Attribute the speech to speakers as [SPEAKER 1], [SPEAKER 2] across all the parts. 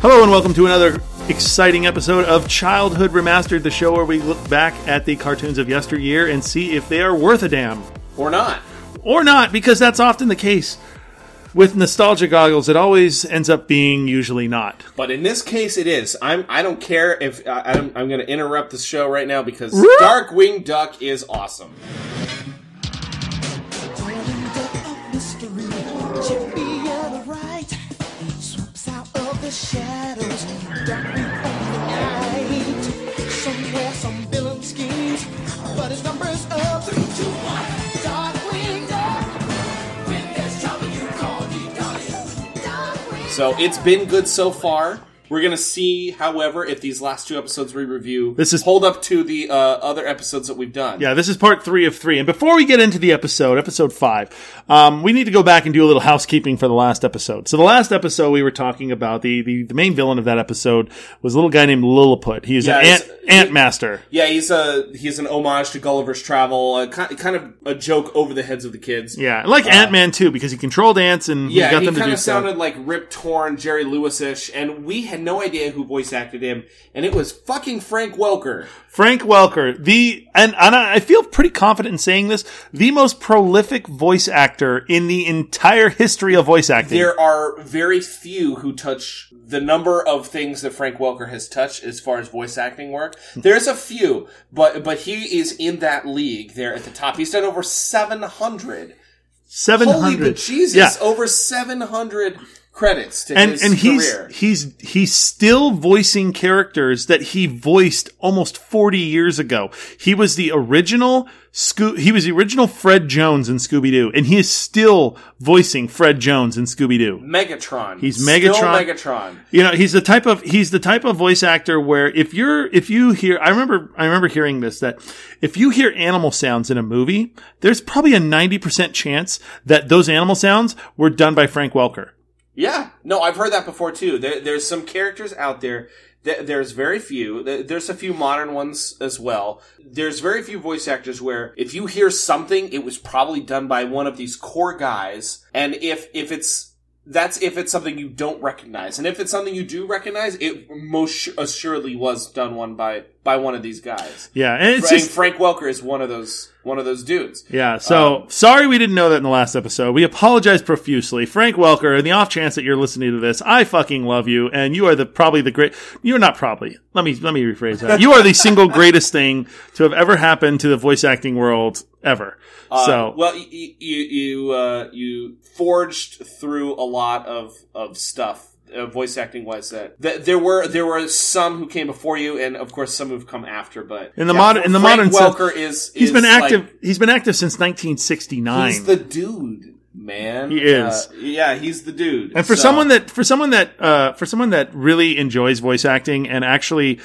[SPEAKER 1] Hello and welcome to another exciting episode of Childhood Remastered, the show where we look back at the cartoons of yesteryear and see if they are worth a damn
[SPEAKER 2] or not.
[SPEAKER 1] or not, because that's often the case. With nostalgia goggles, it always ends up being usually not.
[SPEAKER 2] But in this case, it is. I'm. I don't care if I, I'm. I'm going to interrupt the show right now because Darkwing Duck is awesome.
[SPEAKER 3] Shadows dark we overnight. Somewhere, some villain schemes, but his numbers of three, two, one. Darkwing Duck. When there's trouble, you call me darling. Darkwing.
[SPEAKER 2] So it's been good so far. We're going to see, however, if these last two episodes we review
[SPEAKER 1] This is-
[SPEAKER 2] hold up to the uh, other episodes that we've done.
[SPEAKER 1] Yeah, this is part three of three. And before we get into the episode, episode five, um, we need to go back and do a little housekeeping for the last episode. So the last episode we were talking about the the, the main villain of that episode was a little guy named Lilliput. He is
[SPEAKER 2] Yeah,
[SPEAKER 1] an
[SPEAKER 2] he's-
[SPEAKER 1] ant, ant
[SPEAKER 2] he-
[SPEAKER 1] master.
[SPEAKER 2] Yeah, he's a he's an homage to Gulliver's Travel, uh, ki- kind of a joke over the heads of the kids.
[SPEAKER 1] Yeah, like Ant Man too, because he controlled ants and he
[SPEAKER 2] Yeah,
[SPEAKER 1] got
[SPEAKER 2] he
[SPEAKER 1] them to
[SPEAKER 2] kind
[SPEAKER 1] do
[SPEAKER 2] of
[SPEAKER 1] stuff.
[SPEAKER 2] sounded like Rip Torn, Jerry Lewis-ish, and we had no idea who voice acted him, and it was fucking Frank Welker.
[SPEAKER 1] Frank Welker, the and, and I I feel pretty confident in saying this, the most prolific voice actor in the entire history of voice acting.
[SPEAKER 2] There are very few who touch the number of things that Frank Welker has touched as far as voice acting work. There's a few, but but he is in that league there at the top. He's done over 700.
[SPEAKER 1] Seven
[SPEAKER 2] Holy
[SPEAKER 1] hundred,
[SPEAKER 2] but Jesus,
[SPEAKER 1] yeah.
[SPEAKER 2] over 700 credits to
[SPEAKER 1] and
[SPEAKER 2] his
[SPEAKER 1] and he's
[SPEAKER 2] career.
[SPEAKER 1] he's he's still voicing characters that he voiced almost 40 years ago. He was the original Sco- he was the original Fred Jones in Scooby Doo and he is still voicing Fred Jones in Scooby Doo.
[SPEAKER 2] Megatron.
[SPEAKER 1] He's
[SPEAKER 2] Still
[SPEAKER 1] Megatron.
[SPEAKER 2] Megatron.
[SPEAKER 1] You know, he's the type of he's the type of voice actor where if you're if you hear I remember I remember hearing this that if you hear animal sounds in a movie, there's probably a 90% chance that those animal sounds were done by Frank Welker.
[SPEAKER 2] Yeah, no, I've heard that before too. There, there's some characters out there. That there's very few. There- There's a few modern ones as well. There's very few voice actors where if you hear something, it was probably done by one of these core guys. And if if it's that's if it's something you don't recognize, and if it's something you do recognize, it most assuredly was done one by by one of these guys.
[SPEAKER 1] Yeah, and it's
[SPEAKER 2] Frank,
[SPEAKER 1] just
[SPEAKER 2] Frank Welker is one of those one of those dudes.
[SPEAKER 1] Yeah, so sorry we didn't know that in the last episode. We apologize profusely. Frank Welker, in the off chance that you're listening to this, I fucking love you, and you are the probably the great you're not probably. Let me let me rephrase that. You are the single greatest thing to have ever happened to the voice acting world ever. so
[SPEAKER 2] well, you you you, uh, you forged through a lot of of stuff. Uh, voice acting wise, that th- there were there were some who came before you, and of course some who've come after. But
[SPEAKER 1] In the modern- in the
[SPEAKER 2] Frank
[SPEAKER 1] modern sense,
[SPEAKER 2] Welker is,
[SPEAKER 1] he's
[SPEAKER 2] is
[SPEAKER 1] been active
[SPEAKER 2] like-
[SPEAKER 1] he's been active since 1969.
[SPEAKER 2] he's the dude, man.
[SPEAKER 1] He is.
[SPEAKER 2] Uh, yeah, he's the dude.
[SPEAKER 1] And for
[SPEAKER 2] So-
[SPEAKER 1] someone that for someone that uh, for someone that really enjoys voice acting and actually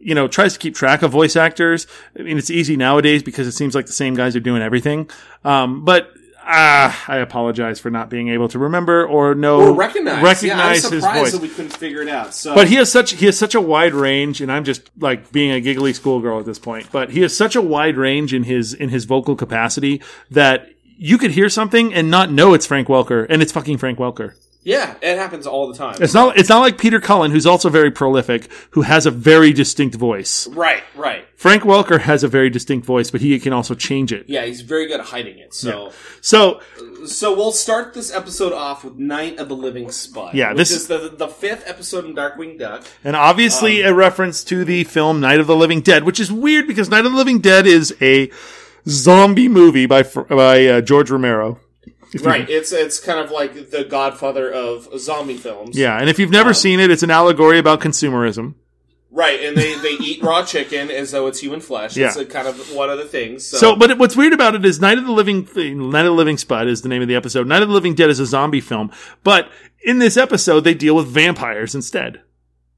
[SPEAKER 1] you know tries to keep track of voice actors, I mean it's easy nowadays because it seems like the same guys are doing everything. Um, but ah, I apologize for not being able to remember or know
[SPEAKER 2] or recognized,
[SPEAKER 1] recognize
[SPEAKER 2] yeah, I'm
[SPEAKER 1] his
[SPEAKER 2] surprised
[SPEAKER 1] voice.
[SPEAKER 2] that we couldn't figure it out. So,
[SPEAKER 1] But he has such he has such a wide range, and I'm just like being a giggly schoolgirl at this point. But he has such a wide range in his in his vocal capacity that you could hear something and not know it's Frank Welker, and it's fucking Frank Welker.
[SPEAKER 2] yeah, it happens all the time.
[SPEAKER 1] It's not. It's not like Peter Cullen, who's also very prolific, who has a very distinct voice.
[SPEAKER 2] right, right.
[SPEAKER 1] Frank Welker has a very distinct voice, but he can also change it.
[SPEAKER 2] Yeah, he's very good at hiding it. So.
[SPEAKER 1] So
[SPEAKER 2] So we'll start this episode off with Night of the Living Spud.
[SPEAKER 1] Yeah,
[SPEAKER 2] which
[SPEAKER 1] this-
[SPEAKER 2] is the the fifth episode in Darkwing Duck.
[SPEAKER 1] And obviously a reference to the film Night of the Living Dead, which is weird because Night of the Living Dead is a zombie movie by Fr- by uh, George Romero. If you-
[SPEAKER 2] Right, it's it's kind of like the Godfather of zombie films.
[SPEAKER 1] yeah, and if you've never seen it, it's an allegory about consumerism.
[SPEAKER 2] right, and they they eat raw chicken as though it's human flesh. It's
[SPEAKER 1] Yeah.
[SPEAKER 2] a kind of one of the things. So,
[SPEAKER 1] So, but it, what's weird about it is Night of the Living Night of the Living Spud is the name of the episode. Night of the Living Dead is a zombie film, but in this episode they deal with vampires instead.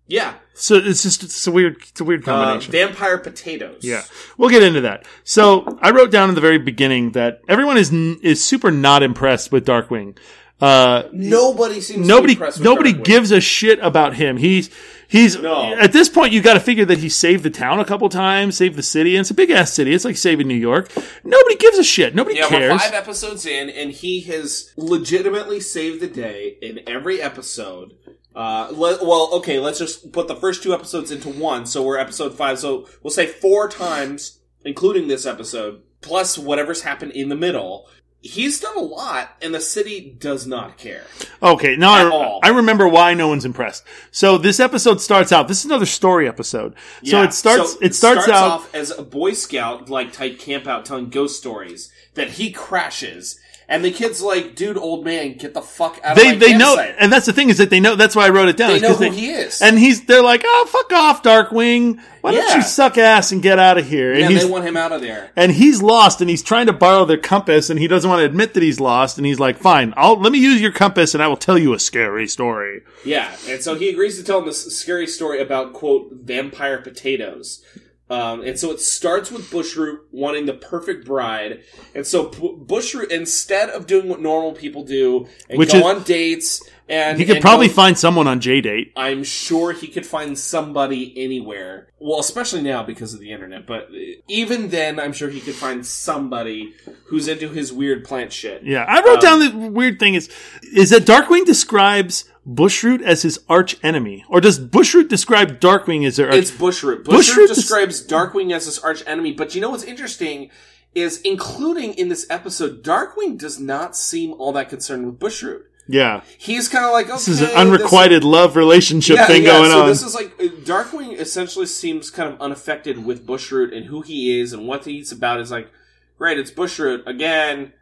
[SPEAKER 2] yeah,
[SPEAKER 1] So it's just it's a weird it's a weird
[SPEAKER 2] uh,
[SPEAKER 1] combination.
[SPEAKER 2] vampire potatoes.
[SPEAKER 1] yeah, we'll get into that. So I wrote down in the very beginning that everyone is n- is super not impressed with Darkwing. Uh,
[SPEAKER 2] nobody seems
[SPEAKER 1] nobody
[SPEAKER 2] to be impressed with
[SPEAKER 1] nobody
[SPEAKER 2] Darkwing.
[SPEAKER 1] gives a shit about him. He's he's
[SPEAKER 2] No.
[SPEAKER 1] at this point you got to figure that he saved the town a couple times, saved the city. And it's a big ass city. It's like saving New York. Nobody gives a shit. Nobody
[SPEAKER 2] Yeah, we're
[SPEAKER 1] cares.
[SPEAKER 2] five episodes in, and he has legitimately saved the day in every episode. Uh, let, well, okay, let's just put the first two episodes into one. So we're episode five. So we'll say four times, including this episode, plus whatever's happened in the middle. He's done a lot, and the city does not care.
[SPEAKER 1] Okay, now
[SPEAKER 2] At
[SPEAKER 1] I,
[SPEAKER 2] all.
[SPEAKER 1] I remember why no one's impressed. So this episode starts out. This is another story episode. So
[SPEAKER 2] Yeah.
[SPEAKER 1] it starts.
[SPEAKER 2] So
[SPEAKER 1] it starts, out.
[SPEAKER 2] off as a Boy Scout like type camp out telling ghost stories that he crashes, and the kid's like, "Dude, old man, get the fuck out
[SPEAKER 1] they
[SPEAKER 2] of my
[SPEAKER 1] they know,
[SPEAKER 2] campsite."
[SPEAKER 1] and that's the thing is that they know. That's why I wrote it down.
[SPEAKER 2] They
[SPEAKER 1] is
[SPEAKER 2] know
[SPEAKER 1] 'cause
[SPEAKER 2] who he is.
[SPEAKER 1] and he's. They're like, oh fuck off, Darkwing. Why don't
[SPEAKER 2] Yeah.
[SPEAKER 1] you suck ass and get out of here? And
[SPEAKER 2] yeah,
[SPEAKER 1] he's
[SPEAKER 2] they want him out of there.
[SPEAKER 1] and he's lost, and he's trying to borrow their compass, and he doesn't want to admit that he's lost. And he's like, fine, I'll let me use your compass, and I will tell you a scary story.
[SPEAKER 2] Yeah, and so he agrees to tell him this scary story about quote vampire potatoes. Um, and so it starts with Bushroot wanting the perfect bride, and so P- Bushroot instead of doing what normal people do and
[SPEAKER 1] Which
[SPEAKER 2] go
[SPEAKER 1] is-
[SPEAKER 2] on dates, and
[SPEAKER 1] He could
[SPEAKER 2] and
[SPEAKER 1] probably
[SPEAKER 2] go-
[SPEAKER 1] find someone on J date.
[SPEAKER 2] I'm sure he could find somebody anywhere. Well, especially now because of the internet, but even then, I'm sure he could find somebody who's into his weird plant shit.
[SPEAKER 1] Yeah, I wrote
[SPEAKER 2] Um,
[SPEAKER 1] down the weird thing is is that Darkwing describes Bushroot as his arch enemy, or does Bushroot describe Darkwing as their arch?
[SPEAKER 2] It's Bushroot. Bushroot,
[SPEAKER 1] Bushroot dis-
[SPEAKER 2] describes Darkwing as his arch enemy, but you know what's interesting is including in this episode, Darkwing does not seem all that concerned with Bushroot.
[SPEAKER 1] yeah,
[SPEAKER 2] He's kind of like, okay, this
[SPEAKER 1] this is an unrequited love relationship
[SPEAKER 2] yeah,
[SPEAKER 1] thing
[SPEAKER 2] yeah,
[SPEAKER 1] going
[SPEAKER 2] so
[SPEAKER 1] on.
[SPEAKER 2] this is like uh, Darkwing essentially seems kind of unaffected with Bushroot and who he is and what he's about. Is like, great, it's Bushroot again,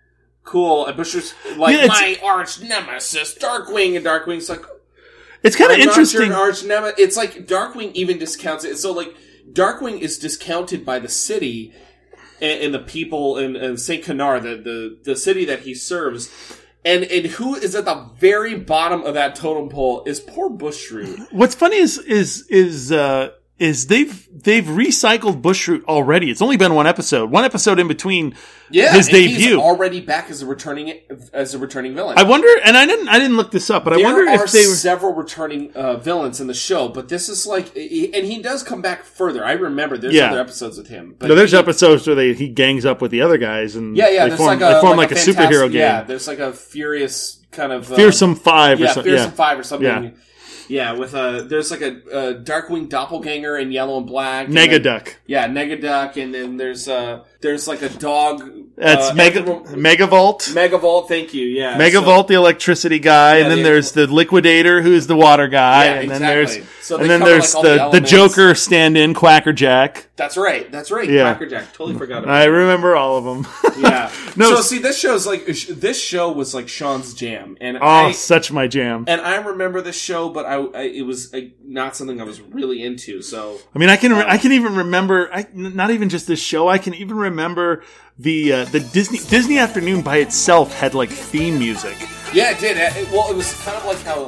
[SPEAKER 2] cool. And Bushroot's like
[SPEAKER 1] Yeah, it's-
[SPEAKER 2] my arch nemesis, Darkwing, and Darkwing's like,
[SPEAKER 1] it's kind of
[SPEAKER 2] I'm not your
[SPEAKER 1] interesting.
[SPEAKER 2] arch nema- It's like Darkwing even discounts it. So like Darkwing is discounted by the city and, and the people in, in Saint Canar, the, the the city that he serves. And and who is at the very bottom of that totem pole is poor Bushroot.
[SPEAKER 1] What's funny is is is uh is they've they've recycled Bushroot already. It's only been one episode. One episode in between
[SPEAKER 2] Yeah,
[SPEAKER 1] his
[SPEAKER 2] and he's
[SPEAKER 1] debut.
[SPEAKER 2] already back as a returning as a returning villain.
[SPEAKER 1] I wonder and I didn't I didn't look this up, but I
[SPEAKER 2] there
[SPEAKER 1] wonder
[SPEAKER 2] are
[SPEAKER 1] if they were
[SPEAKER 2] several returning uh, villains in the show, but this is like, and he does come back further. I remember there's
[SPEAKER 1] Yeah.
[SPEAKER 2] other episodes with him. But
[SPEAKER 1] no, there's episodes where they, he gangs up with the other guys and
[SPEAKER 2] Yeah, yeah.
[SPEAKER 1] they
[SPEAKER 2] There's
[SPEAKER 1] form,
[SPEAKER 2] like a,
[SPEAKER 1] they form like, a,
[SPEAKER 2] fantastic-
[SPEAKER 1] superhero game.
[SPEAKER 2] Yeah, there's like a furious kind of uh,
[SPEAKER 1] Fearsome Five
[SPEAKER 2] Yeah,
[SPEAKER 1] or something.
[SPEAKER 2] fearsome
[SPEAKER 1] Yeah.
[SPEAKER 2] five or something.
[SPEAKER 1] Yeah.
[SPEAKER 2] Yeah. with a there's like a, a Darkwing doppelganger in yellow and black. and then-
[SPEAKER 1] Negaduck.
[SPEAKER 2] Yeah, Negaduck, and then there's uh there's like a dog.
[SPEAKER 1] That's
[SPEAKER 2] uh,
[SPEAKER 1] Mega
[SPEAKER 2] Megavolt.
[SPEAKER 1] Megavolt.
[SPEAKER 2] Megavolt. Thank you. Yeah, so-
[SPEAKER 1] Megavolt, the electricity guy, and then
[SPEAKER 2] the-
[SPEAKER 1] there's the Liquidator, who's the water guy,
[SPEAKER 2] Yeah,
[SPEAKER 1] and then
[SPEAKER 2] exactly.
[SPEAKER 1] there's
[SPEAKER 2] So they
[SPEAKER 1] and then
[SPEAKER 2] cover,
[SPEAKER 1] there's
[SPEAKER 2] like, all
[SPEAKER 1] the,
[SPEAKER 2] the
[SPEAKER 1] the
[SPEAKER 2] elements.
[SPEAKER 1] Joker stand-in Quackerjack.
[SPEAKER 2] That's right. That's right.
[SPEAKER 1] Yeah. Mm-hmm.
[SPEAKER 2] Crackerjack. Totally forgot about.
[SPEAKER 1] I remember all of them.
[SPEAKER 2] Yeah.
[SPEAKER 1] No,
[SPEAKER 2] So
[SPEAKER 1] s-
[SPEAKER 2] see, this show's like this show was like Sean's jam, and
[SPEAKER 1] oh,
[SPEAKER 2] I
[SPEAKER 1] such my jam.
[SPEAKER 2] and I remember this show, but I, I it was uh, not something I was really into. So
[SPEAKER 1] I mean, I can re- I can even remember I, n- not even just this show. I can even remember the uh, the Disney Disney Afternoon by itself had like theme music.
[SPEAKER 2] Yeah, it did. It- it- well, it was kind of like how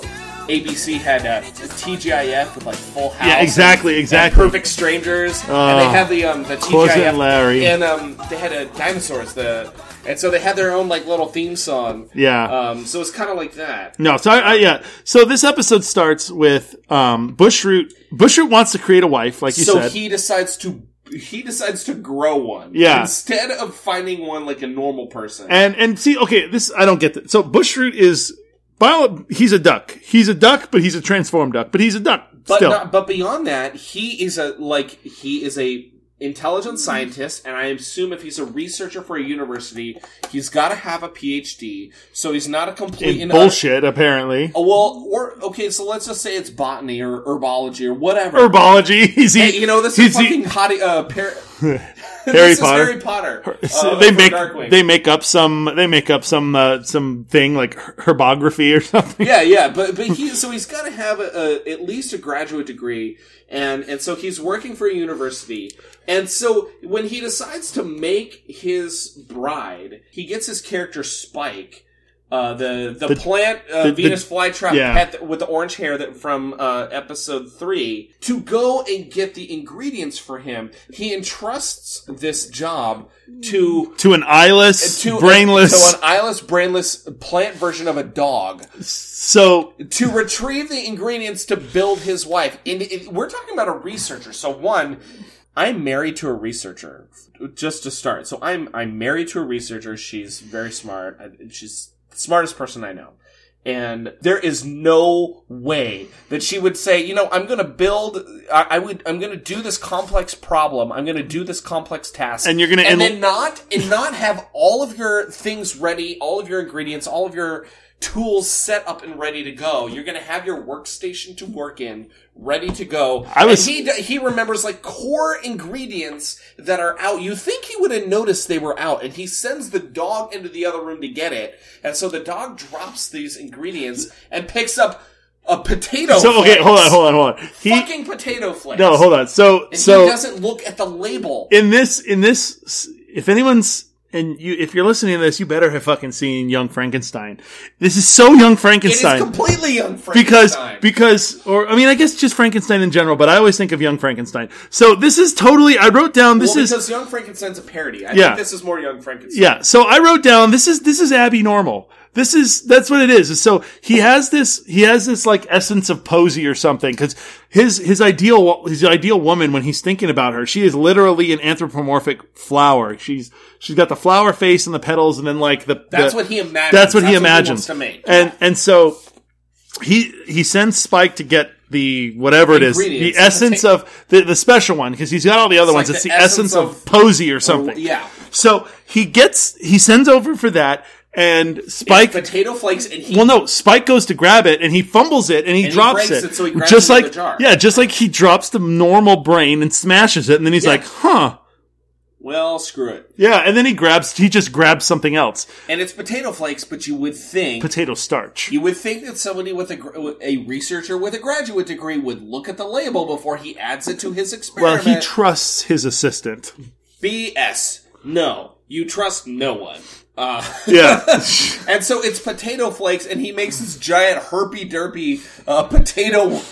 [SPEAKER 2] ABC had uh, TGIF with like Full House.
[SPEAKER 1] Yeah, exactly,
[SPEAKER 2] and-
[SPEAKER 1] exactly.
[SPEAKER 2] and Perfect Strangers, and they had the um the
[SPEAKER 1] Closet
[SPEAKER 2] TGIF
[SPEAKER 1] and Larry.
[SPEAKER 2] and um they had uh, dinosaurs the. And so they had their own like little theme song.
[SPEAKER 1] Yeah.
[SPEAKER 2] Um. So it's kind of like that.
[SPEAKER 1] No, so I, I, yeah. So this episode starts with um, Bushroot. Bushroot wants to create a wife, like you
[SPEAKER 2] so
[SPEAKER 1] said.
[SPEAKER 2] he decides to he decides to grow one.
[SPEAKER 1] Yeah.
[SPEAKER 2] Instead of finding one like a normal person.
[SPEAKER 1] And and see, okay, this I don't get that. So Bushroot is bio, he's a duck. He's a duck, but he's a transformed duck. But he's a duck
[SPEAKER 2] But
[SPEAKER 1] still.
[SPEAKER 2] not, but beyond that, he is a like he is a intelligent scientist, and I assume if he's a researcher for a university, he's got to have a PhD. So he's not a complete
[SPEAKER 1] In
[SPEAKER 2] and utter-
[SPEAKER 1] bullshit, apparently.
[SPEAKER 2] Oh, well, or okay, so let's just say it's botany or herbology or whatever.
[SPEAKER 1] Herbology. He's
[SPEAKER 2] Hey, you know this
[SPEAKER 1] he's
[SPEAKER 2] is fucking hot, uh, par-
[SPEAKER 1] Harry
[SPEAKER 2] this
[SPEAKER 1] Potter.
[SPEAKER 2] Is Harry Potter.
[SPEAKER 1] So
[SPEAKER 2] uh,
[SPEAKER 1] they
[SPEAKER 2] for
[SPEAKER 1] make
[SPEAKER 2] Darkwing.
[SPEAKER 1] they make up some they make up some uh, some thing like her- herbography or something.
[SPEAKER 2] yeah, yeah, but but he so he's got to have a, a, at least a graduate degree, and and so he's working for a university, and so when he decides to make his bride, he gets his character Spike, uh, the the, plant uh,
[SPEAKER 1] the- the-
[SPEAKER 2] Venus flytrap
[SPEAKER 1] yeah.
[SPEAKER 2] pet that, with the orange hair that from uh, episode three, to go and get the ingredients for him. He entrusts this job to.
[SPEAKER 1] To an eyeless,
[SPEAKER 2] To
[SPEAKER 1] brainless.
[SPEAKER 2] so an eyeless, brainless plant version of a dog
[SPEAKER 1] so
[SPEAKER 2] to retrieve the ingredients to build his wife. And it, we're talking about a researcher. So one, I'm married to a researcher. Just to start, so I'm I'm married to a researcher. She's very smart. I- She's the smartest person I know. And there is no way that she would say, you know, I'm going to build, I, I would, I'm going to do this complex problem. I'm going to do this complex task.
[SPEAKER 1] And you're gonna
[SPEAKER 2] and
[SPEAKER 1] en-
[SPEAKER 2] then not, and not have all of your things ready, all of your ingredients, all of your tools set up and ready to go. You're going to have your workstation to work in ready to go.
[SPEAKER 1] I was-
[SPEAKER 2] And he, d- he remembers like core ingredients that are out. You think he would have noticed they were out, and he sends the dog into the other room to get it. And so the dog drops these ingredients and picks up a potato.
[SPEAKER 1] So okay,
[SPEAKER 2] flakes.
[SPEAKER 1] hold on, hold on, hold on. He
[SPEAKER 2] Fucking potato flakes.
[SPEAKER 1] no, hold on. So
[SPEAKER 2] And
[SPEAKER 1] so
[SPEAKER 2] he doesn't look at the label.
[SPEAKER 1] in this in this if anyone's and you if you're listening to this, you better have fucking seen Young Frankenstein. This is so Young
[SPEAKER 2] it is
[SPEAKER 1] Frankenstein.
[SPEAKER 2] completely unfriendly.
[SPEAKER 1] because because or I mean I guess just Frankenstein in general, but I always think of Young Frankenstein. So this is totally I wrote down this
[SPEAKER 2] well,
[SPEAKER 1] is
[SPEAKER 2] because Young Frankenstein's a parody. I
[SPEAKER 1] Yeah.
[SPEAKER 2] think this is more Young Frankenstein.
[SPEAKER 1] yeah. So I wrote down this is this is Abby normal. This is that's what it is. So he has this he has this like essence of posy or something because his his ideal his ideal woman when he's thinking about her she is literally an anthropomorphic flower. She's she's got the flower face and the petals and then like the
[SPEAKER 2] That's
[SPEAKER 1] the-
[SPEAKER 2] what he imagines.
[SPEAKER 1] that's what he
[SPEAKER 2] wants
[SPEAKER 1] imagines.
[SPEAKER 2] to make.
[SPEAKER 1] And and so he he sends Spike to get the whatever it is, the
[SPEAKER 2] Ingredients.
[SPEAKER 1] essence of the, the special one because he's got all the other ones.
[SPEAKER 2] like
[SPEAKER 1] it's the,
[SPEAKER 2] the
[SPEAKER 1] essence,
[SPEAKER 2] essence
[SPEAKER 1] of,
[SPEAKER 2] of-
[SPEAKER 1] Posey or something.
[SPEAKER 2] yeah.
[SPEAKER 1] So he gets he sends over for that, and Spike.
[SPEAKER 2] potato flakes and he
[SPEAKER 1] well, no. Spike goes to grab it, and he fumbles it, and he
[SPEAKER 2] he
[SPEAKER 1] drops
[SPEAKER 2] breaks it, so he grabs
[SPEAKER 1] just
[SPEAKER 2] it out
[SPEAKER 1] like
[SPEAKER 2] of the jar.
[SPEAKER 1] yeah, just like he drops the normal brain and smashes it, and then he's like, "Huh,
[SPEAKER 2] well screw it
[SPEAKER 1] yeah." And then he grabs he just grabs something else,
[SPEAKER 2] and it's potato flakes but you would think
[SPEAKER 1] potato starch.
[SPEAKER 2] you would think that somebody with a gr- a researcher with a graduate degree would look at the label before he adds it to his
[SPEAKER 1] Well,
[SPEAKER 2] experiment
[SPEAKER 1] he trusts his assistant.
[SPEAKER 2] bs no you trust no one uh,
[SPEAKER 1] Yeah.
[SPEAKER 2] and so it's potato flakes and he makes this giant herpy derpy uh, potato wife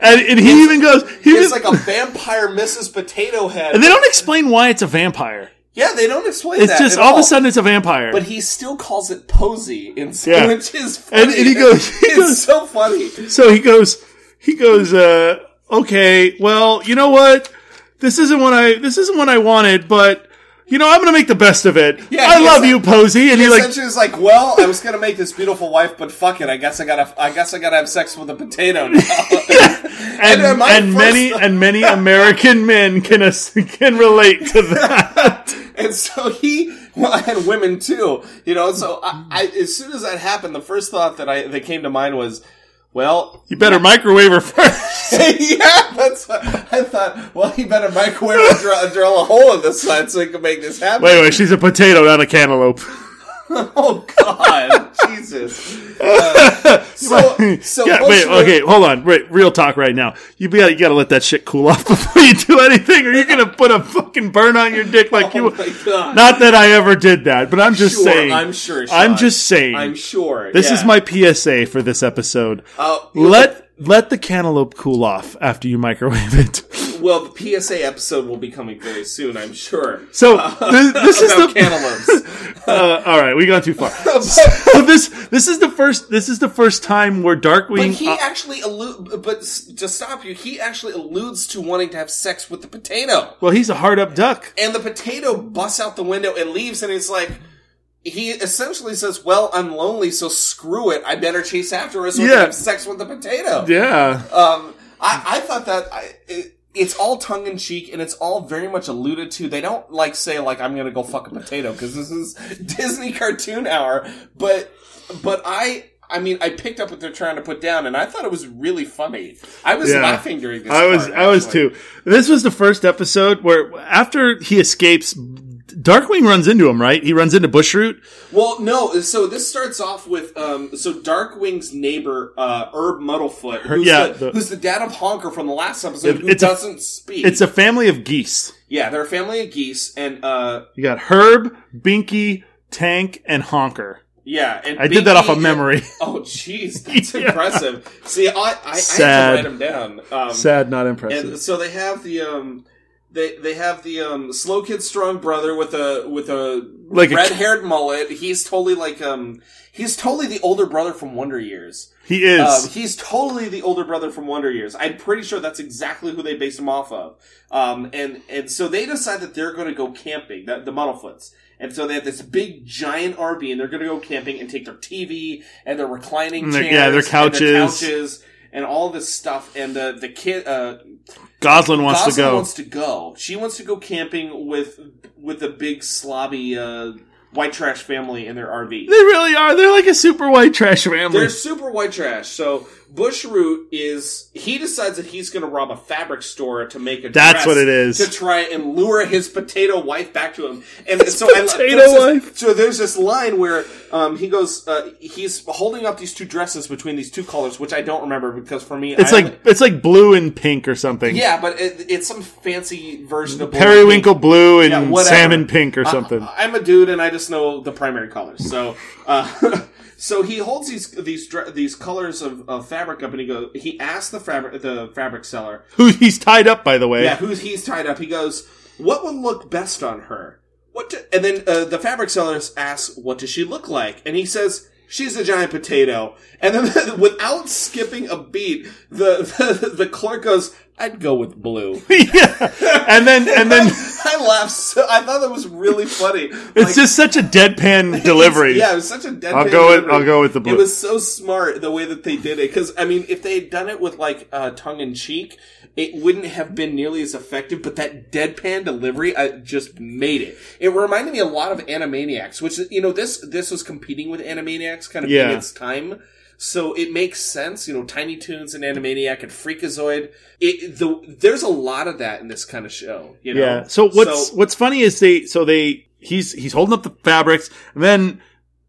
[SPEAKER 1] And, and he even goes, he was,
[SPEAKER 2] it's like a vampire mrs potato head
[SPEAKER 1] and they don't explain why it's a vampire.
[SPEAKER 2] yeah they don't explain
[SPEAKER 1] It's
[SPEAKER 2] that
[SPEAKER 1] just
[SPEAKER 2] at
[SPEAKER 1] all of a sudden it's a vampire.
[SPEAKER 2] but he still calls it posy, in
[SPEAKER 1] Yeah.
[SPEAKER 2] which is funny.
[SPEAKER 1] And- and he goes- he
[SPEAKER 2] it's
[SPEAKER 1] goes-
[SPEAKER 2] so funny.
[SPEAKER 1] so he goes, he goes, uh, okay, well, you know what? This isn't what I, this isn't what I wanted, but you know, I'm going to make the best of it.
[SPEAKER 2] Yeah,
[SPEAKER 1] I
[SPEAKER 2] he
[SPEAKER 1] love
[SPEAKER 2] was
[SPEAKER 1] you,
[SPEAKER 2] like-
[SPEAKER 1] Posey. And he like,
[SPEAKER 2] Essentially, it's like, well, I was gonna make this beautiful wife, but fuck it, I guess I gotta, I guess I gotta have sex with a potato now.
[SPEAKER 1] and,
[SPEAKER 2] and my
[SPEAKER 1] and
[SPEAKER 2] first-
[SPEAKER 1] many, and many American men can, as- can relate to that.
[SPEAKER 2] and so he, well, I had women too, you know. So I, I, as soon as that happened, the first thought that I that came to mind was, well,
[SPEAKER 1] you better microwave her first.
[SPEAKER 2] yeah, that's. What, I thought, well, he better microwave and drill, drill a hole in the side so he can make this happen.
[SPEAKER 1] Wait, wait, she's a potato, not a cantaloupe.
[SPEAKER 2] Oh God, Jesus! Uh, so, so
[SPEAKER 1] yeah, wait,
[SPEAKER 2] Bushwick-
[SPEAKER 1] okay, hold on. Wait, real talk right now. You gotta, you gotta let that shit cool off before you do anything, or you're gonna put a fucking burn on your dick like
[SPEAKER 2] Oh
[SPEAKER 1] you.
[SPEAKER 2] my God!
[SPEAKER 1] Not that I ever did that, but I'm just
[SPEAKER 2] sure,
[SPEAKER 1] saying.
[SPEAKER 2] I'm sure. Sean.
[SPEAKER 1] I'm just saying.
[SPEAKER 2] I'm sure.
[SPEAKER 1] This is
[SPEAKER 2] yeah.
[SPEAKER 1] my PSA for this episode.
[SPEAKER 2] Uh,
[SPEAKER 1] let let the cantaloupe cool off after you microwave it.
[SPEAKER 2] well, the PSA episode will be coming very soon. I'm sure.
[SPEAKER 1] So this, this is
[SPEAKER 2] About
[SPEAKER 1] the
[SPEAKER 2] cantaloupes.
[SPEAKER 1] uh, all right. We gone too far. So this this is the first this is the first time where
[SPEAKER 2] But
[SPEAKER 1] Darkwing uh,
[SPEAKER 2] he actually allude. But s- to stop you, he actually alludes to wanting to have sex with the potato,
[SPEAKER 1] well he's a hard up duck.
[SPEAKER 2] and the potato busts out the window and leaves, and he's like. He essentially says, "Well, I'm lonely, so screw it. I better chase after her so we
[SPEAKER 1] Yeah.
[SPEAKER 2] can have sex with the potato."
[SPEAKER 1] Yeah.
[SPEAKER 2] Um, I, I thought that I, it, it's all tongue in cheek and it's all very much alluded to. They don't like say like I'm gonna go fuck a potato because this is Disney cartoon hour. But but I I mean I picked up what they're trying to put down and I thought it was really funny. I was
[SPEAKER 1] Yeah.
[SPEAKER 2] laughing during this.
[SPEAKER 1] I was
[SPEAKER 2] part,
[SPEAKER 1] I was
[SPEAKER 2] actually.
[SPEAKER 1] too. This was the first episode where after he escapes, Darkwing runs into him. Right, he runs into Bushroot.
[SPEAKER 2] Well, no. So this starts off with um, so Darkwing's neighbor uh, Herb Muddlefoot, who's,
[SPEAKER 1] yeah,
[SPEAKER 2] the,
[SPEAKER 1] the-
[SPEAKER 2] who's the dad of Honker from the last episode,
[SPEAKER 1] It-
[SPEAKER 2] who
[SPEAKER 1] it's a-
[SPEAKER 2] doesn't speak.
[SPEAKER 1] It's a family of geese.
[SPEAKER 2] yeah, they're a family of geese, and uh,
[SPEAKER 1] You got Herb, Binky, Tank, and Honker.
[SPEAKER 2] Yeah, and
[SPEAKER 1] I did that off
[SPEAKER 2] Binky-
[SPEAKER 1] of memory.
[SPEAKER 2] Oh, jeez, that's
[SPEAKER 1] Yeah.
[SPEAKER 2] impressive. See, I I, I had to
[SPEAKER 1] Sad.
[SPEAKER 2] write them down. Um,
[SPEAKER 1] Sad, not impressive.
[SPEAKER 2] and so they have the um, They they have the um, slow kid strong brother with a with a
[SPEAKER 1] Like a-
[SPEAKER 2] red haired mullet. He's totally like um he's totally the older brother from Wonder Years.
[SPEAKER 1] He is.
[SPEAKER 2] Um, he's totally the older brother from Wonder Years. I'm pretty sure that's exactly who they based him off of. Um, and and so they decide that they're going to go camping, the, the Muddlefoots. And so they have this big giant RV, and they're going to go camping and take their TV and their reclining
[SPEAKER 1] And
[SPEAKER 2] chairs,
[SPEAKER 1] their- yeah, their
[SPEAKER 2] and, their
[SPEAKER 1] couches.
[SPEAKER 2] couches, and all this stuff. And the the kid, uh,
[SPEAKER 1] Goslin wants
[SPEAKER 2] Goslin
[SPEAKER 1] to go.
[SPEAKER 2] wants to go. She wants to go camping with with the big slobby uh, white trash family in their RV.
[SPEAKER 1] they really are. They're like a super white trash family.
[SPEAKER 2] They're super white trash. So Bushroot is he decides that he's going to rob a fabric store to make a
[SPEAKER 1] That's
[SPEAKER 2] dress
[SPEAKER 1] what it is.
[SPEAKER 2] to try and lure his potato wife back to him. And so I, lo-
[SPEAKER 1] potato
[SPEAKER 2] there's this-
[SPEAKER 1] wife.
[SPEAKER 2] so there's this line where um, he goes, uh, he's holding up these two dresses between these two colors, which I don't remember because for me,
[SPEAKER 1] it's
[SPEAKER 2] I
[SPEAKER 1] like
[SPEAKER 2] only-
[SPEAKER 1] it's like blue and pink or something.
[SPEAKER 2] yeah, but it, it's some fancy version of blue and pink.
[SPEAKER 1] Periwinkle blue and
[SPEAKER 2] Yeah, whatever. Uh,
[SPEAKER 1] salmon pink or
[SPEAKER 2] I-
[SPEAKER 1] something.
[SPEAKER 2] I, am a dude, and I just know the primary colors. So, uh, so he holds these these dre- these colors of, of fabric up, and he goes. He asks the fabric the fabric seller,
[SPEAKER 1] Who he's tied up, by the way.
[SPEAKER 2] yeah, who's he's tied up. He goes, "What would look best on her?" What? Do, and then uh, the fabric seller asks, "What does she look like?" And he says. She's a giant potato, and then without skipping a beat, the the, the clerk goes, "I'd go with blue."
[SPEAKER 1] Yeah. And then and then
[SPEAKER 2] I laughed. So, I thought that was really funny.
[SPEAKER 1] it's just such a deadpan delivery.
[SPEAKER 2] Yeah, it was such a dead.
[SPEAKER 1] I'll
[SPEAKER 2] man
[SPEAKER 1] go with-
[SPEAKER 2] delivery.
[SPEAKER 1] I'll go with the blue.
[SPEAKER 2] It was so smart the way that they did it because I mean, if they had done it with like uh, tongue in cheek, it wouldn't have been nearly as effective. But that deadpan delivery I just made it. It reminded me a lot of Animaniacs, which you know this this was competing with Animaniacs kind of
[SPEAKER 1] Yeah.
[SPEAKER 2] in its time. So it makes sense, you know, Tiny Toons and Animaniac and Freakazoid. It the there's a lot of that in this kind of show, you know.
[SPEAKER 1] Yeah. So what's what's funny is they so they he's he's holding up the fabrics and then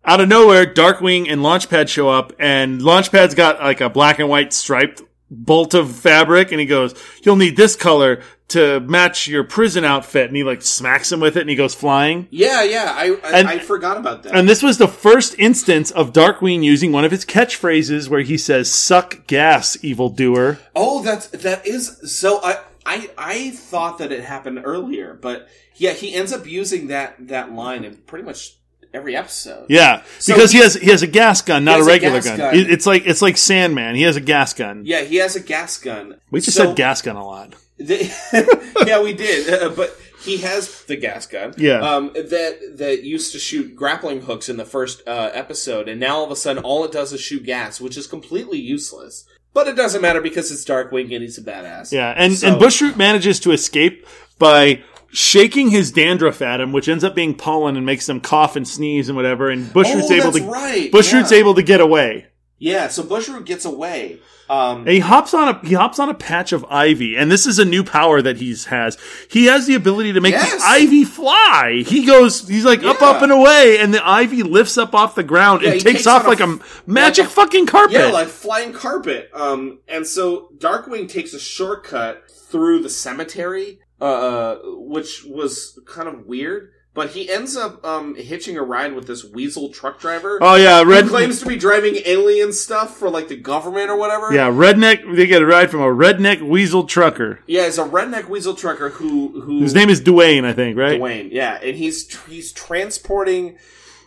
[SPEAKER 1] out of nowhere Darkwing and Launchpad show up and Launchpad's got like a black and white striped bolt of fabric and he goes, "You'll need this color to match your prison outfit." And he like smacks him with it and he goes flying.
[SPEAKER 2] yeah, yeah, I I,
[SPEAKER 1] And-
[SPEAKER 2] I forgot about that.
[SPEAKER 1] And this was the first instance of Darkwing using one of his catchphrases where he says, "Suck gas, evildoer."
[SPEAKER 2] Oh, that's that is so. I I I thought that it happened earlier, but yeah, he ends up using that that line in pretty much every episode.
[SPEAKER 1] Yeah,
[SPEAKER 2] So
[SPEAKER 1] because he has he has a gas gun, not a
[SPEAKER 2] has a
[SPEAKER 1] regular
[SPEAKER 2] gas
[SPEAKER 1] gun.
[SPEAKER 2] gun.
[SPEAKER 1] It- It's like it's like Sandman. He has a gas gun.
[SPEAKER 2] Yeah, he has a gas gun.
[SPEAKER 1] We just
[SPEAKER 2] So-
[SPEAKER 1] said gas gun a lot.
[SPEAKER 2] They- yeah, we did, uh, but he has the gas gun.
[SPEAKER 1] Yeah.
[SPEAKER 2] um, that that used to shoot grappling hooks in the first uh, episode, and now all of a sudden, all it does is shoot gas, which is completely useless. But it doesn't matter because it's Darkwing and he's a badass.
[SPEAKER 1] Yeah, and
[SPEAKER 2] So-
[SPEAKER 1] and Bushroot manages to escape by shaking his dandruff at him, which ends up being pollen and makes them cough and sneeze and whatever. And Bushroot's
[SPEAKER 2] Oh,
[SPEAKER 1] able
[SPEAKER 2] that's
[SPEAKER 1] to
[SPEAKER 2] right,
[SPEAKER 1] Bushroot's
[SPEAKER 2] yeah.
[SPEAKER 1] able to get away.
[SPEAKER 2] Yeah, so Bushroot gets away. Um,
[SPEAKER 1] And he hops on a he hops on a patch of ivy, and this is a new power that he's has. He has the ability to make
[SPEAKER 2] Yes.
[SPEAKER 1] the ivy fly. He goes, he's like up,
[SPEAKER 2] Yeah.
[SPEAKER 1] up, and away, and the ivy lifts up off the ground
[SPEAKER 2] he
[SPEAKER 1] and takes,
[SPEAKER 2] takes
[SPEAKER 1] off
[SPEAKER 2] on
[SPEAKER 1] like
[SPEAKER 2] a-
[SPEAKER 1] a, magic
[SPEAKER 2] like a-
[SPEAKER 1] fucking carpet.
[SPEAKER 2] Yeah, like flying carpet. Um, and so Darkwing takes a shortcut through the cemetery, uh, which was kind of weird. But he ends up um, hitching a ride with this weasel truck driver.
[SPEAKER 1] oh yeah,
[SPEAKER 2] who
[SPEAKER 1] red
[SPEAKER 2] claims to be driving alien stuff for like the government or whatever.
[SPEAKER 1] Yeah, redneck. They get a ride from a redneck weasel trucker.
[SPEAKER 2] yeah. It's a redneck weasel trucker who who
[SPEAKER 1] His name is Dwayne, I think, right?
[SPEAKER 2] Dwayne. Yeah, and he's tr- he's transporting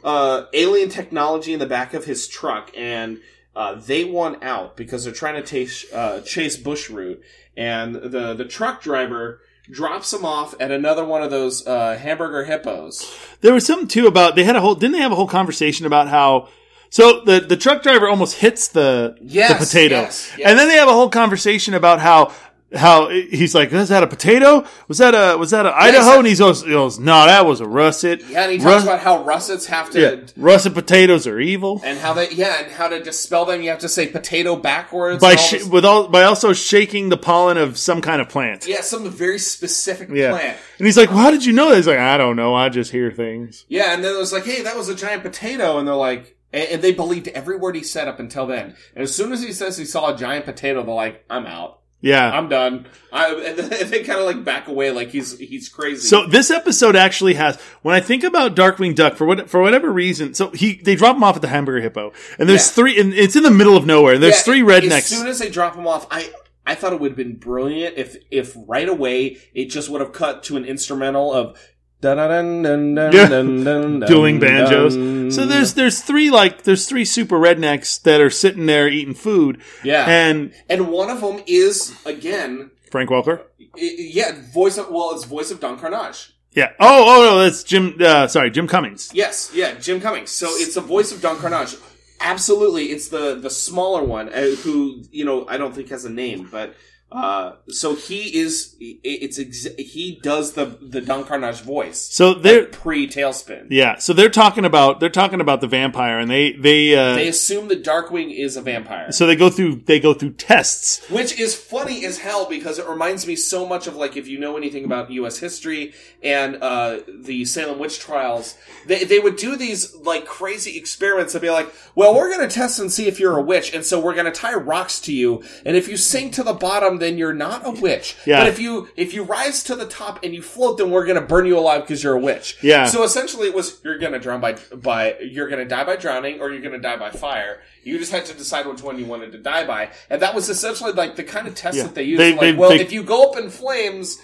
[SPEAKER 2] uh, alien technology in the back of his truck, and uh, they want out because they're trying to chase uh, chase Bushroot, and the the truck driver drops him off at another one of those uh, hamburger hippos.
[SPEAKER 1] There was something too about they had a whole didn't they have a whole conversation about how so the the truck driver almost hits the
[SPEAKER 2] Yes,
[SPEAKER 1] the potato.
[SPEAKER 2] yes, yes.
[SPEAKER 1] And then they have a whole conversation about how how he's like, was that a potato? Was that a was that a Idaho?
[SPEAKER 2] that-
[SPEAKER 1] and he goes, he goes, no, that was a russet.
[SPEAKER 2] Yeah, and he
[SPEAKER 1] Rus-
[SPEAKER 2] talks about how russets have to.
[SPEAKER 1] yeah, russet potatoes are evil.
[SPEAKER 2] And how they, yeah, and how to dispel them, you have to say potato backwards.
[SPEAKER 1] By
[SPEAKER 2] and all
[SPEAKER 1] sh-
[SPEAKER 2] this-
[SPEAKER 1] with all by also shaking the pollen of some kind of plant.
[SPEAKER 2] yeah, some very specific
[SPEAKER 1] Yeah.
[SPEAKER 2] plant.
[SPEAKER 1] And he's like, well, how did you know that? He's like, I don't know. I just hear things.
[SPEAKER 2] Yeah, and then it was like, hey, that was a giant potato, and they're like, and, and they believed every word he said up until then. And as soon as he says he saw a giant potato, they're like, I'm out,
[SPEAKER 1] Yeah.
[SPEAKER 2] I'm done. I, and then they kind of like back away, like he's he's crazy.
[SPEAKER 1] So this episode actually has when I think about Darkwing Duck for what for whatever reason. So he they drop him off at the Hamburger Hippo, and there's
[SPEAKER 2] Yeah.
[SPEAKER 1] three, and it's in the middle of nowhere. and There's
[SPEAKER 2] Yeah,
[SPEAKER 1] three
[SPEAKER 2] As
[SPEAKER 1] rednecks.
[SPEAKER 2] soon as they drop him off, I I thought it would have been brilliant if if right away it just would have cut to an instrumental of
[SPEAKER 1] Yeah.
[SPEAKER 2] doing
[SPEAKER 1] doing banjos. So there's there's three like there's three super rednecks that are sitting there eating food,
[SPEAKER 2] yeah, and,
[SPEAKER 1] and
[SPEAKER 2] one of them is again,
[SPEAKER 1] Frank Welker.
[SPEAKER 2] i- i- yeah, voice of well, it's voice of Don Carnage.
[SPEAKER 1] Yeah. Oh, oh no, that's Jim. Uh, sorry, Jim Cummings.
[SPEAKER 2] Yes, yeah, Jim Cummings. So it's the voice of Don Carnage. Absolutely, it's the the smaller one uh, who you know I don't think has a name, but uh, so he is. i- It's ex- he does the the Don Carnage voice
[SPEAKER 1] So they're
[SPEAKER 2] pre Tailspin.
[SPEAKER 1] yeah. So they're talking about they're talking about the vampire, and they they. Uh,
[SPEAKER 2] They assume that Darkwing is a vampire,
[SPEAKER 1] so they go through they go through tests.
[SPEAKER 2] which is funny as hell because it reminds me so much of like if you know anything about U.S. history and uh, the Salem witch trials, they they would do these like crazy experiments and be like, "Well, we're going to test and see if you're a witch, and so we're going to tie rocks to you, and if you sink to the bottom, then you're not a witch.
[SPEAKER 1] Yeah.
[SPEAKER 2] But if you if you rise to the top and you float, then we're going to burn you alive because you're a witch.
[SPEAKER 1] Yeah.
[SPEAKER 2] So essentially, it was you're going to drown by by you're going to die by drowning or you're going to die by fire. You just had to decide which one you wanted to die by, and that was essentially like the kind of test
[SPEAKER 1] Yeah.
[SPEAKER 2] that they used.
[SPEAKER 1] They-
[SPEAKER 2] like,
[SPEAKER 1] they-
[SPEAKER 2] well,
[SPEAKER 1] they-
[SPEAKER 2] if you go up in flames,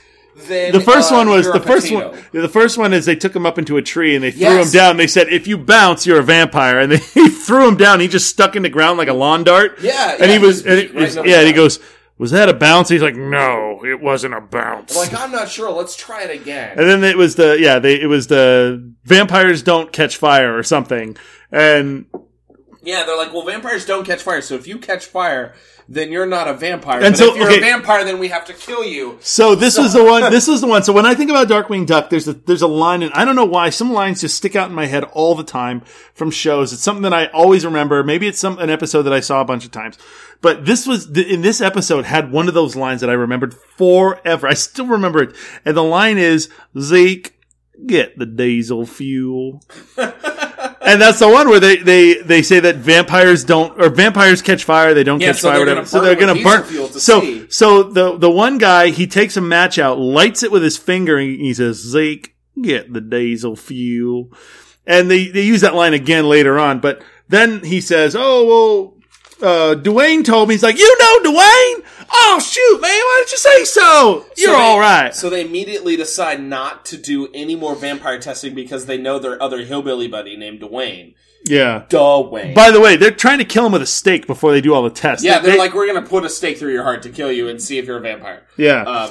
[SPEAKER 2] then
[SPEAKER 1] The first
[SPEAKER 2] uh,
[SPEAKER 1] one was
[SPEAKER 2] you're
[SPEAKER 1] the
[SPEAKER 2] a
[SPEAKER 1] first
[SPEAKER 2] potato.
[SPEAKER 1] one. The first one is they took him up into a tree and they threw
[SPEAKER 2] Yes.
[SPEAKER 1] him down. And they said, "If you bounce, you're a vampire." And they threw him down. He just stuck in the ground like a lawn dart.
[SPEAKER 2] Yeah,
[SPEAKER 1] and
[SPEAKER 2] yeah,
[SPEAKER 1] he was,
[SPEAKER 2] he was
[SPEAKER 1] and it-
[SPEAKER 2] beat right
[SPEAKER 1] it's-
[SPEAKER 2] in the
[SPEAKER 1] yeah. And he
[SPEAKER 2] ground.
[SPEAKER 1] goes, "Was that a bounce?" He's like, "No, it wasn't a bounce."
[SPEAKER 2] Like I'm not sure. Let's try it again.
[SPEAKER 1] and then it was the yeah, they it was the vampires don't catch fire or something. And
[SPEAKER 2] Yeah, they're like, well, vampires don't catch fire, so if you catch fire, then you're not a vampire.
[SPEAKER 1] And
[SPEAKER 2] but
[SPEAKER 1] so-
[SPEAKER 2] if you're
[SPEAKER 1] okay.
[SPEAKER 2] a vampire, then we have to kill you.
[SPEAKER 1] so this was the one. This was the one. So when I think about Darkwing Duck, there's a there's a line, and I don't know why some lines just stick out in my head all the time from shows. It's something that I always remember. Maybe it's some an episode that I saw a bunch of times, but this was the, in this episode had one of those lines that I remembered forever. I still remember it, and the line is Zeke. Get the diesel fuel. and that's the one where they, they, they say that vampires don't or vampires catch fire, they don't
[SPEAKER 2] Yeah,
[SPEAKER 1] catch
[SPEAKER 2] so
[SPEAKER 1] fire,
[SPEAKER 2] they're
[SPEAKER 1] whatever.
[SPEAKER 2] gonna
[SPEAKER 1] so
[SPEAKER 2] burn
[SPEAKER 1] they're
[SPEAKER 2] with
[SPEAKER 1] gonna
[SPEAKER 2] diesel
[SPEAKER 1] burn.
[SPEAKER 2] fuel to
[SPEAKER 1] so
[SPEAKER 2] see.
[SPEAKER 1] so the the one guy he takes a match out, lights it with his finger, and he says, "Zeke, get the diesel fuel." And they they use that line again later on, but then he says, "Oh well." Uh, Dwayne told me he's like, you know, Dwayne. Oh shoot, man, why didn't you say so? You're
[SPEAKER 2] So they-
[SPEAKER 1] all right.
[SPEAKER 2] So they immediately decide not to do any more vampire testing because they know their other hillbilly buddy named Dwayne.
[SPEAKER 1] yeah.
[SPEAKER 2] Dwayne.
[SPEAKER 1] By the way, they're trying to kill him with a stake before they do all the tests.
[SPEAKER 2] yeah, they're
[SPEAKER 1] They-
[SPEAKER 2] like, we're gonna put a stake through your heart to kill you and see if you're a vampire.
[SPEAKER 1] yeah,
[SPEAKER 2] Um,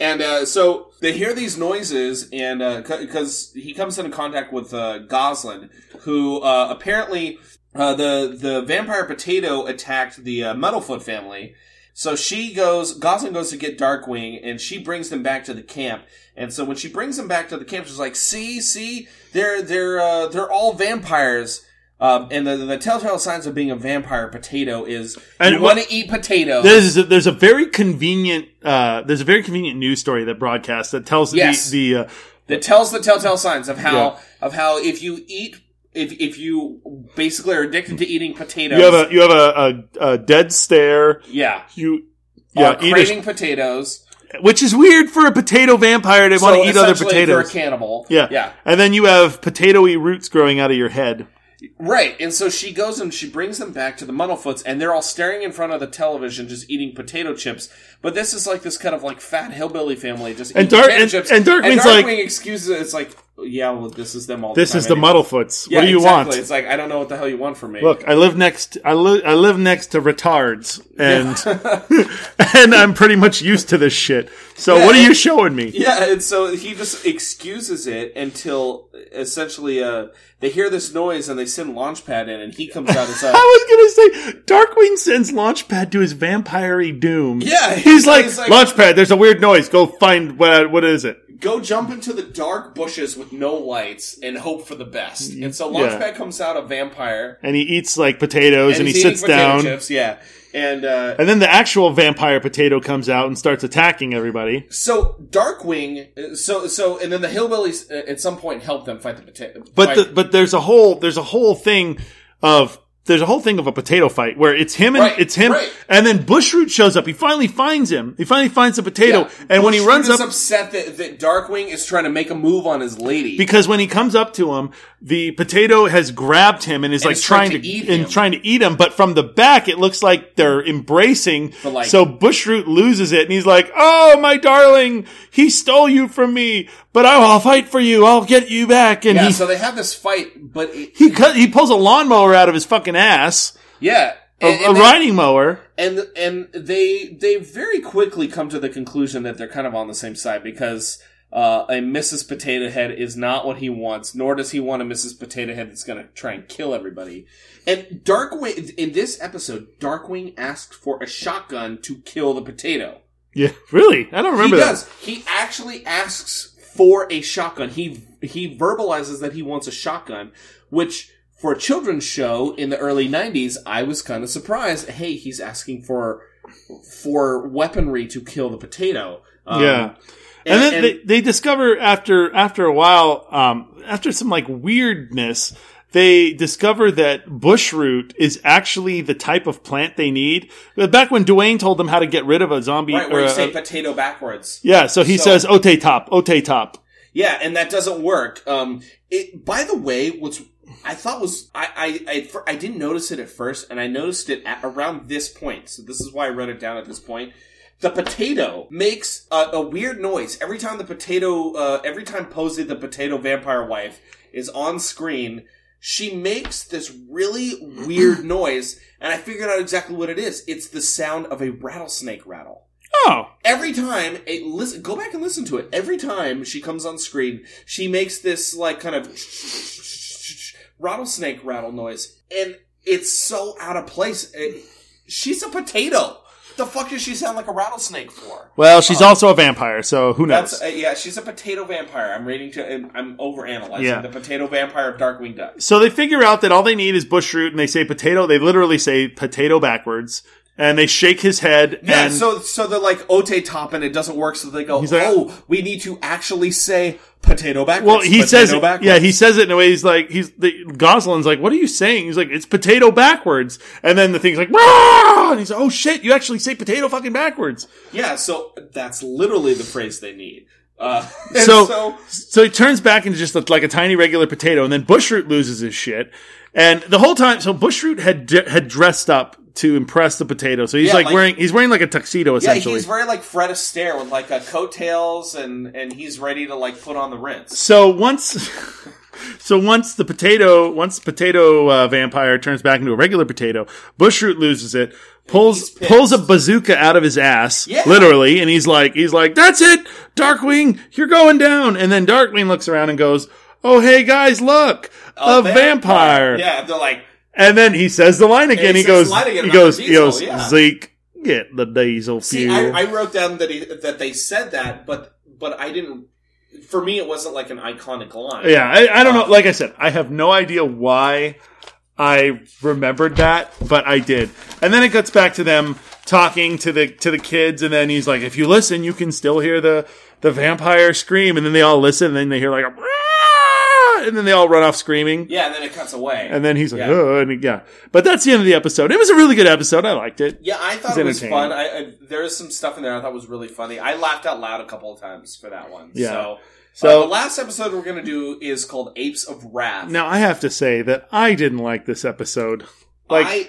[SPEAKER 2] and uh, so they hear these noises, and because he comes into contact with uh, Goslin, who uh, apparently uh, the the vampire potato attacked the uh, Metalfoot family. So she goes, Goslin goes to get Darkwing, and she brings them back to the camp. And so when she brings them back to the camp, she's like, "See, see, they're they're uh, they're all vampires." Um, and the, the telltale signs of being a vampire potato is
[SPEAKER 1] And
[SPEAKER 2] you
[SPEAKER 1] what-
[SPEAKER 2] want to eat potatoes.
[SPEAKER 1] there's a, there's a very convenient uh, there's a very convenient news story that broadcasts that tells
[SPEAKER 2] Yes.
[SPEAKER 1] the the uh,
[SPEAKER 2] that tells the telltale signs of how
[SPEAKER 1] Yeah.
[SPEAKER 2] of how if you eat if if you basically are addicted to eating potatoes
[SPEAKER 1] you have a you have a, a, a dead stare
[SPEAKER 2] yeah
[SPEAKER 1] you
[SPEAKER 2] yeah
[SPEAKER 1] yeah eat a-
[SPEAKER 2] Uh, craving potatoes
[SPEAKER 1] which is weird for a potato vampire to want
[SPEAKER 2] So
[SPEAKER 1] to eat other
[SPEAKER 2] essentially, if
[SPEAKER 1] potatoes
[SPEAKER 2] you're a cannibal
[SPEAKER 1] yeah
[SPEAKER 2] yeah
[SPEAKER 1] and then you have potatoy roots growing out of your head
[SPEAKER 2] right and so she goes and she brings them back to the muddlefoots and they're all staring in front of the television just eating potato chips but this is like this kind of like fat hillbilly family just
[SPEAKER 1] And
[SPEAKER 2] eating
[SPEAKER 1] Dark-
[SPEAKER 2] potato
[SPEAKER 1] and-
[SPEAKER 2] chips
[SPEAKER 1] and Darkwing's
[SPEAKER 2] Darkwing
[SPEAKER 1] like-
[SPEAKER 2] excuses it. it's like yeah well this is them all
[SPEAKER 1] this
[SPEAKER 2] the
[SPEAKER 1] is the muddlefoots
[SPEAKER 2] yeah,
[SPEAKER 1] what do you
[SPEAKER 2] exactly.
[SPEAKER 1] want
[SPEAKER 2] it's like i don't know what the hell you want from me
[SPEAKER 1] look i live next i live i live next to retards and and i'm pretty much used to this shit so
[SPEAKER 2] Yeah,
[SPEAKER 1] what are
[SPEAKER 2] and-
[SPEAKER 1] you showing me
[SPEAKER 2] Yeah, and so he just excuses it until essentially uh, they hear this noise and they send Launchpad in, and he comes out as a
[SPEAKER 1] I was gonna say Darkwing sends Launchpad to his vampire doom.
[SPEAKER 2] Yeah,
[SPEAKER 1] he's,
[SPEAKER 2] he's
[SPEAKER 1] like,
[SPEAKER 2] like-
[SPEAKER 1] Launchpad. There's a weird noise. Go find what what is it?
[SPEAKER 2] go jump into the dark bushes with no lights and hope for the best. And so
[SPEAKER 1] Mm-hmm. Yeah.
[SPEAKER 2] Launchpad comes out a vampire,
[SPEAKER 1] And he eats like potatoes, and, he
[SPEAKER 2] he's eating
[SPEAKER 1] sits
[SPEAKER 2] potato
[SPEAKER 1] down.
[SPEAKER 2] Chips, yeah, and uh,
[SPEAKER 1] And then the actual vampire potato comes out and starts attacking everybody.
[SPEAKER 2] so Darkwing, uh, so so, and then the hillbillies uh, at some point help them fight the potato.
[SPEAKER 1] But the, but there's a whole there's a whole thing of there's a whole thing of a potato fight where it's him and
[SPEAKER 2] Right,
[SPEAKER 1] it's him,
[SPEAKER 2] right.
[SPEAKER 1] and then Bushroot shows up. He finally finds him. He finally finds the potato, and when he
[SPEAKER 2] Bushroot
[SPEAKER 1] runs
[SPEAKER 2] is
[SPEAKER 1] up,
[SPEAKER 2] upset that, that Darkwing is trying to make a move on his lady.
[SPEAKER 1] because when he comes up to him, the potato has grabbed him and is like
[SPEAKER 2] is
[SPEAKER 1] trying to,
[SPEAKER 2] eat
[SPEAKER 1] and
[SPEAKER 2] him.
[SPEAKER 1] trying to eat him. But from the back, it looks like they're embracing.
[SPEAKER 2] But, like-
[SPEAKER 1] so Bushroot loses it, and he's like, "Oh my darling, he stole you from me, but I'll, I'll fight for you. I'll get you back." And
[SPEAKER 2] yeah,
[SPEAKER 1] he
[SPEAKER 2] so they have this fight, but it,
[SPEAKER 1] he cut, he pulls a lawnmower out of his fucking ass,
[SPEAKER 2] yeah,
[SPEAKER 1] a,
[SPEAKER 2] and,
[SPEAKER 1] a
[SPEAKER 2] and they-
[SPEAKER 1] riding mower.
[SPEAKER 2] and and they they very quickly come to the conclusion that they're kind of on the same side because uh, a Mrs. Potato Head is not what he wants, nor does he want a Mrs. Potato Head that's going to try and kill everybody. And Darkwing in this episode, Darkwing asked for a shotgun to kill the potato.
[SPEAKER 1] Yeah, really, I don't remember
[SPEAKER 2] he
[SPEAKER 1] that.
[SPEAKER 2] does. He actually asks for a shotgun. He he verbalizes that he wants a shotgun, which for a children's show in the early '90s, I was kind of surprised. Hey, he's asking for for weaponry to kill the potato. Um,
[SPEAKER 1] yeah. And,
[SPEAKER 2] and-
[SPEAKER 1] then
[SPEAKER 2] and-
[SPEAKER 1] they, they discover after after a while, um, after some like weirdness, they discover that bushroot is actually the type of plant they need. But Back when Dwayne told them how to get rid of a zombie,
[SPEAKER 2] right where
[SPEAKER 1] or
[SPEAKER 2] you
[SPEAKER 1] a-
[SPEAKER 2] say potato backwards.
[SPEAKER 1] yeah, so he
[SPEAKER 2] So-
[SPEAKER 1] says "ote top, ote top."
[SPEAKER 2] Yeah, and that doesn't work. Um, it by the way, what's I thought was I I I, fir- I didn't notice it at first, and I noticed it at around this point. So this is why I wrote it down at this point. The potato makes a, a weird noise every time the potato. Uh, every time Posey, the potato vampire wife, is on screen. She makes this really weird noise, and I figured out exactly what it is. It's the sound of a rattlesnake rattle
[SPEAKER 1] Oh,
[SPEAKER 2] every time it, listen, go back and listen to it every time she comes on screen she makes this like kind of rattlesnake rattle noise and it's so out of place It- she's a potato the fuck does she sound like a rattlesnake for
[SPEAKER 1] well, she's also a vampire, so who knows?
[SPEAKER 2] Uh, that's uh, yeah she's a potato vampire i'm reading to i'm, I'm over analyzing
[SPEAKER 1] Yeah.
[SPEAKER 2] the potato vampire of darkwing duck
[SPEAKER 1] so they figure out that all they need is bushroot, and they say potato. They literally say potato backwards, and they shake his head.
[SPEAKER 2] yeah,
[SPEAKER 1] and
[SPEAKER 2] so so they're like ote top and it doesn't work, so they go,
[SPEAKER 1] like-
[SPEAKER 2] oh, we need to actually say potato backwards.
[SPEAKER 1] Well, he
[SPEAKER 2] potato
[SPEAKER 1] says,
[SPEAKER 2] backwards.
[SPEAKER 1] yeah, he says it in a way. He's like, he's the Goslin's like, what are you saying? He's like, it's potato backwards, and then the thing's like, Rah! and he's like, oh shit, you actually say potato fucking backwards.
[SPEAKER 2] Yeah, so that's literally the phrase they need. Uh, and
[SPEAKER 1] So,
[SPEAKER 2] so,
[SPEAKER 1] so, he turns back into just a, like a tiny regular potato, and then Bushroot loses his shit, and the whole time, so Bushroot had d- had dressed up to impress the potato, so he's
[SPEAKER 2] Yeah,
[SPEAKER 1] like,
[SPEAKER 2] like-
[SPEAKER 1] wearing he's wearing like a tuxedo
[SPEAKER 2] yeah,
[SPEAKER 1] essentially.
[SPEAKER 2] he's very like Fred Astaire with like a coattails and and he's ready to like put on the rinse.
[SPEAKER 1] so once so once the potato once potato uh, vampire turns back into a regular potato bushroot loses it pulls
[SPEAKER 2] pissed.
[SPEAKER 1] pulls a bazooka out of his ass
[SPEAKER 2] Yeah.
[SPEAKER 1] literally and he's like he's like that's it darkwing you're going down and then darkwing looks around and goes oh hey guys look a, vampire,
[SPEAKER 2] Yeah, they're like
[SPEAKER 1] and then he says the line again
[SPEAKER 2] he
[SPEAKER 1] he,
[SPEAKER 2] says
[SPEAKER 1] goes
[SPEAKER 2] the line again,
[SPEAKER 1] he
[SPEAKER 2] not the
[SPEAKER 1] goes he
[SPEAKER 2] diesel,
[SPEAKER 1] goes
[SPEAKER 2] yeah.
[SPEAKER 1] zeke get the diesel
[SPEAKER 2] see,
[SPEAKER 1] fuel
[SPEAKER 2] I, I wrote down that he, that they said that, but but I didn't. For me, it wasn't like an iconic line.
[SPEAKER 1] Yeah, I, I don't
[SPEAKER 2] Uh,
[SPEAKER 1] know. Like I said, I have no idea why I remembered that, but I did. And then it cuts back to them talking to the to the kids, and then he's like, "If you listen, you can still hear the the vampire scream." And then they all listen, and then they hear like a, "Rah!" and then they all run off screaming.
[SPEAKER 2] yeah, and then it cuts away.
[SPEAKER 1] And then he's like,
[SPEAKER 2] Yeah.
[SPEAKER 1] "Oh," and he- yeah. But that's the end of the episode. It was a really good episode. I liked it.
[SPEAKER 2] yeah, I thought
[SPEAKER 1] It's
[SPEAKER 2] it was
[SPEAKER 1] entertaining.
[SPEAKER 2] fun. I, I there is some stuff in there I thought was really funny. I laughed out loud a couple of times for that one.
[SPEAKER 1] Yeah.
[SPEAKER 2] So,
[SPEAKER 1] So-
[SPEAKER 2] uh, the last episode we're gonna do is called Apes of Wrath.
[SPEAKER 1] Now I have to say that I didn't like this episode. Like,
[SPEAKER 2] I,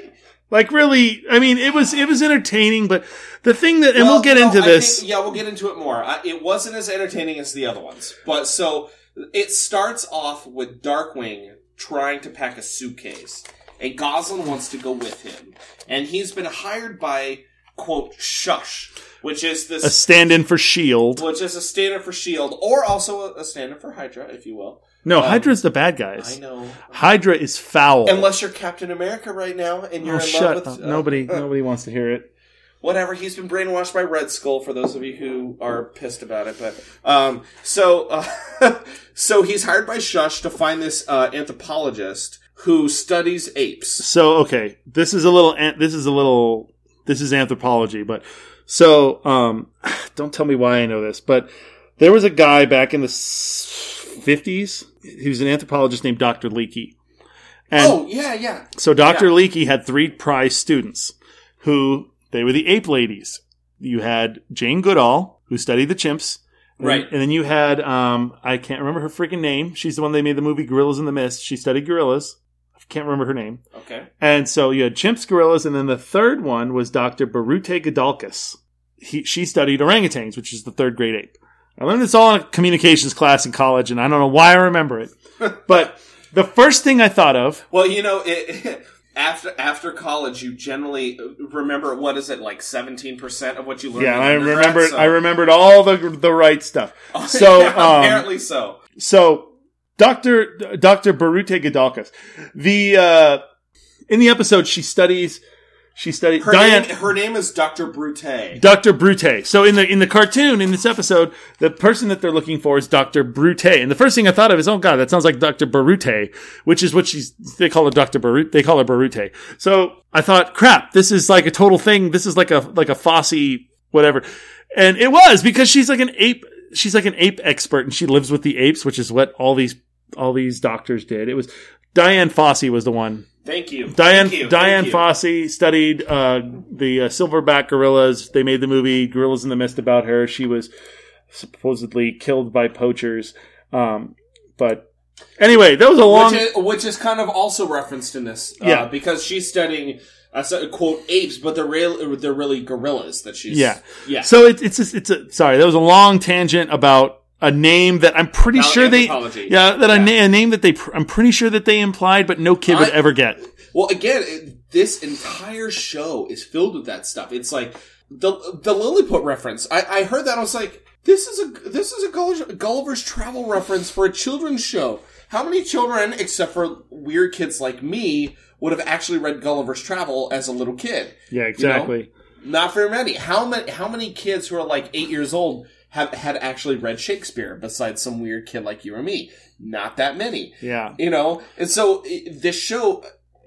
[SPEAKER 1] like really. I mean, it was it was entertaining, but the thing that, and we'll,
[SPEAKER 2] Well,
[SPEAKER 1] get
[SPEAKER 2] uh, no,
[SPEAKER 1] into
[SPEAKER 2] I
[SPEAKER 1] this.
[SPEAKER 2] think- yeah, we'll get into it more. I, it wasn't as entertaining as the other ones, but so it starts off with Darkwing trying to pack a suitcase, and Goslin wants to go with him, and he's been hired by quote Shush, which is this
[SPEAKER 1] a stand-in for Shield.
[SPEAKER 2] which is a stand-in for Shield, E or also a, a stand-in for Hydra, if you will.
[SPEAKER 1] No,
[SPEAKER 2] Um,
[SPEAKER 1] Hydra's the bad
[SPEAKER 2] I
[SPEAKER 1] guys.
[SPEAKER 2] know.
[SPEAKER 1] Hydra is foul.
[SPEAKER 2] Unless you're Captain America right now, and you're
[SPEAKER 1] oh,
[SPEAKER 2] in
[SPEAKER 1] shut
[SPEAKER 2] love with
[SPEAKER 1] up!
[SPEAKER 2] uh,
[SPEAKER 1] nobody,
[SPEAKER 2] uh,
[SPEAKER 1] nobody wants to hear it.
[SPEAKER 2] whatever. He's been brainwashed by Red Skull. For those of you who are pissed about it, but um, so uh, so he's hired by Shush to find this uh, anthropologist who studies apes.
[SPEAKER 1] So okay, this is a little. an- This is a little. This is anthropology, but so um, don't tell me why I know this, but there was a guy back in the fifties. He was an anthropologist named Doctor Leakey, And
[SPEAKER 2] Oh yeah, yeah.
[SPEAKER 1] so Dr.
[SPEAKER 2] Yeah.
[SPEAKER 1] Leakey had three prize students who they were the ape ladies. You had Jane Goodall, who studied the chimps. and-
[SPEAKER 2] Right.
[SPEAKER 1] And then you had, um, I can't remember her freaking name. She's the one they made the movie Gorillas in the Mist. She studied gorillas. I can't remember her name.
[SPEAKER 2] Okay.
[SPEAKER 1] And so you had chimps, gorillas, and then the third one was Dr. Barute Godalkus. He, she studied orangutans, which is the third grade ape. I learned this all in a communications class in college, and I don't know why I remember it. But the first thing I thought of
[SPEAKER 2] Well, you know, it, after after college, you generally uh, remember what is it like seventeen percent of what you learned.
[SPEAKER 1] Yeah,
[SPEAKER 2] in
[SPEAKER 1] and I
[SPEAKER 2] undergrad,
[SPEAKER 1] remembered.
[SPEAKER 2] so-
[SPEAKER 1] I remembered all the the right stuff. So,
[SPEAKER 2] Oh, Yeah,
[SPEAKER 1] um,
[SPEAKER 2] apparently so.
[SPEAKER 1] so Doctor Doctor Barute Gadalkas, the uh, in the episode she studies she studies
[SPEAKER 2] Her
[SPEAKER 1] Diane
[SPEAKER 2] name, her name is Doctor Brute.
[SPEAKER 1] Doctor Brute. So in the in the cartoon in this episode, the person that they're looking for is Doctor Brute, and the first thing I thought of is, oh god, that sounds like Doctor Barute, which is what she's they call her Doctor Barute. They call her Barute. So I thought, crap, this is like a total thing. This is like a like a Fosse whatever, and it was because she's like an ape. She's like an ape expert, and she lives with the apes, which is what all these all these doctors did. It was Diane Fosse was the one
[SPEAKER 2] Thank you,
[SPEAKER 1] Diane
[SPEAKER 2] Thank you.
[SPEAKER 1] Diane
[SPEAKER 2] Thank you.
[SPEAKER 1] Fossey studied uh, the uh, silverback gorillas. They made the movie Gorillas in the Mist about her. She was supposedly killed by poachers. Um, but anyway, that was a long.
[SPEAKER 2] which is, which is kind of also referenced in this, uh,
[SPEAKER 1] Yeah.
[SPEAKER 2] because she's studying uh, so- quote apes, but they're real, they're really gorillas that she's
[SPEAKER 1] yeah,
[SPEAKER 2] yeah.
[SPEAKER 1] So it's it's just, it's a sorry. That was a long tangent about a name that I'm pretty
[SPEAKER 2] About
[SPEAKER 1] sure they
[SPEAKER 2] anthropology.
[SPEAKER 1] yeah that A,
[SPEAKER 2] Yeah.
[SPEAKER 1] na- a name that they pr- I'm pretty sure that they implied, but no kid would
[SPEAKER 2] I-
[SPEAKER 1] ever get.
[SPEAKER 2] Well, again, it, this entire show is filled with that stuff. It's like the the Lilliput reference. I, I heard that. I was like, this is a this is a Gulliver- Gulliver's Travel reference for a children's show. How many children, except for weird kids like me, would have actually read Gulliver's Travel as a little kid?
[SPEAKER 1] Yeah,
[SPEAKER 2] You know?
[SPEAKER 1] exactly.
[SPEAKER 2] Not very many. How many? How many kids who are like eight years old have had actually read Shakespeare? Besides some weird kid like you or me, not that many
[SPEAKER 1] Yeah,
[SPEAKER 2] you know and so i- this show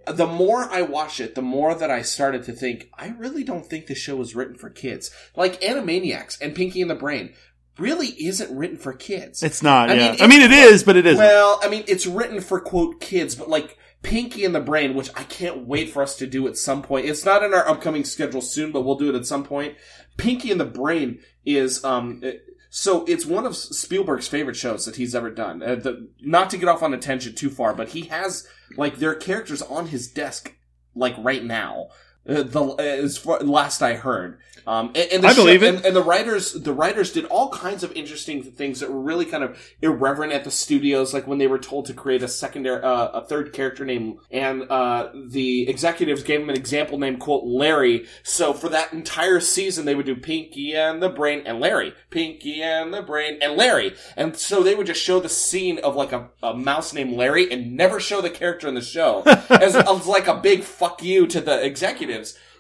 [SPEAKER 2] the more i watched it the more that i started to think i really don't think this show is written for kids like animaniacs and pinky and the brain really isn't written for kids
[SPEAKER 1] it's not.
[SPEAKER 2] I
[SPEAKER 1] yeah,
[SPEAKER 2] mean,
[SPEAKER 1] I mean it is, but it isn't.
[SPEAKER 2] well i mean it's written for quote kids but like pinky and the brain which i can't wait for us to do at some point it's not in our upcoming schedule soon but we'll do it at some point pinky and the brain is um uh, so it's one of Spielberg's favorite shows that he's ever done. Uh, the, not to get off on a tangent too far, but he has like there are characters on his desk like right now. Uh, the uh, as far, last I heard, um, and, and the
[SPEAKER 1] I believe it.
[SPEAKER 2] And, and the writers, the writers did all kinds of interesting things that were really kind of irreverent at the studios, like when they were told to create a secondary, uh, a third character name, and uh, the executives gave him an example name, quote Larry. So for that entire season, they would do Pinky and the Brain and Larry, Pinky and the Brain and Larry, and so they would just show the scene of like a, a mouse named Larry and never show the character in the show as, as like a big fuck you to the executives.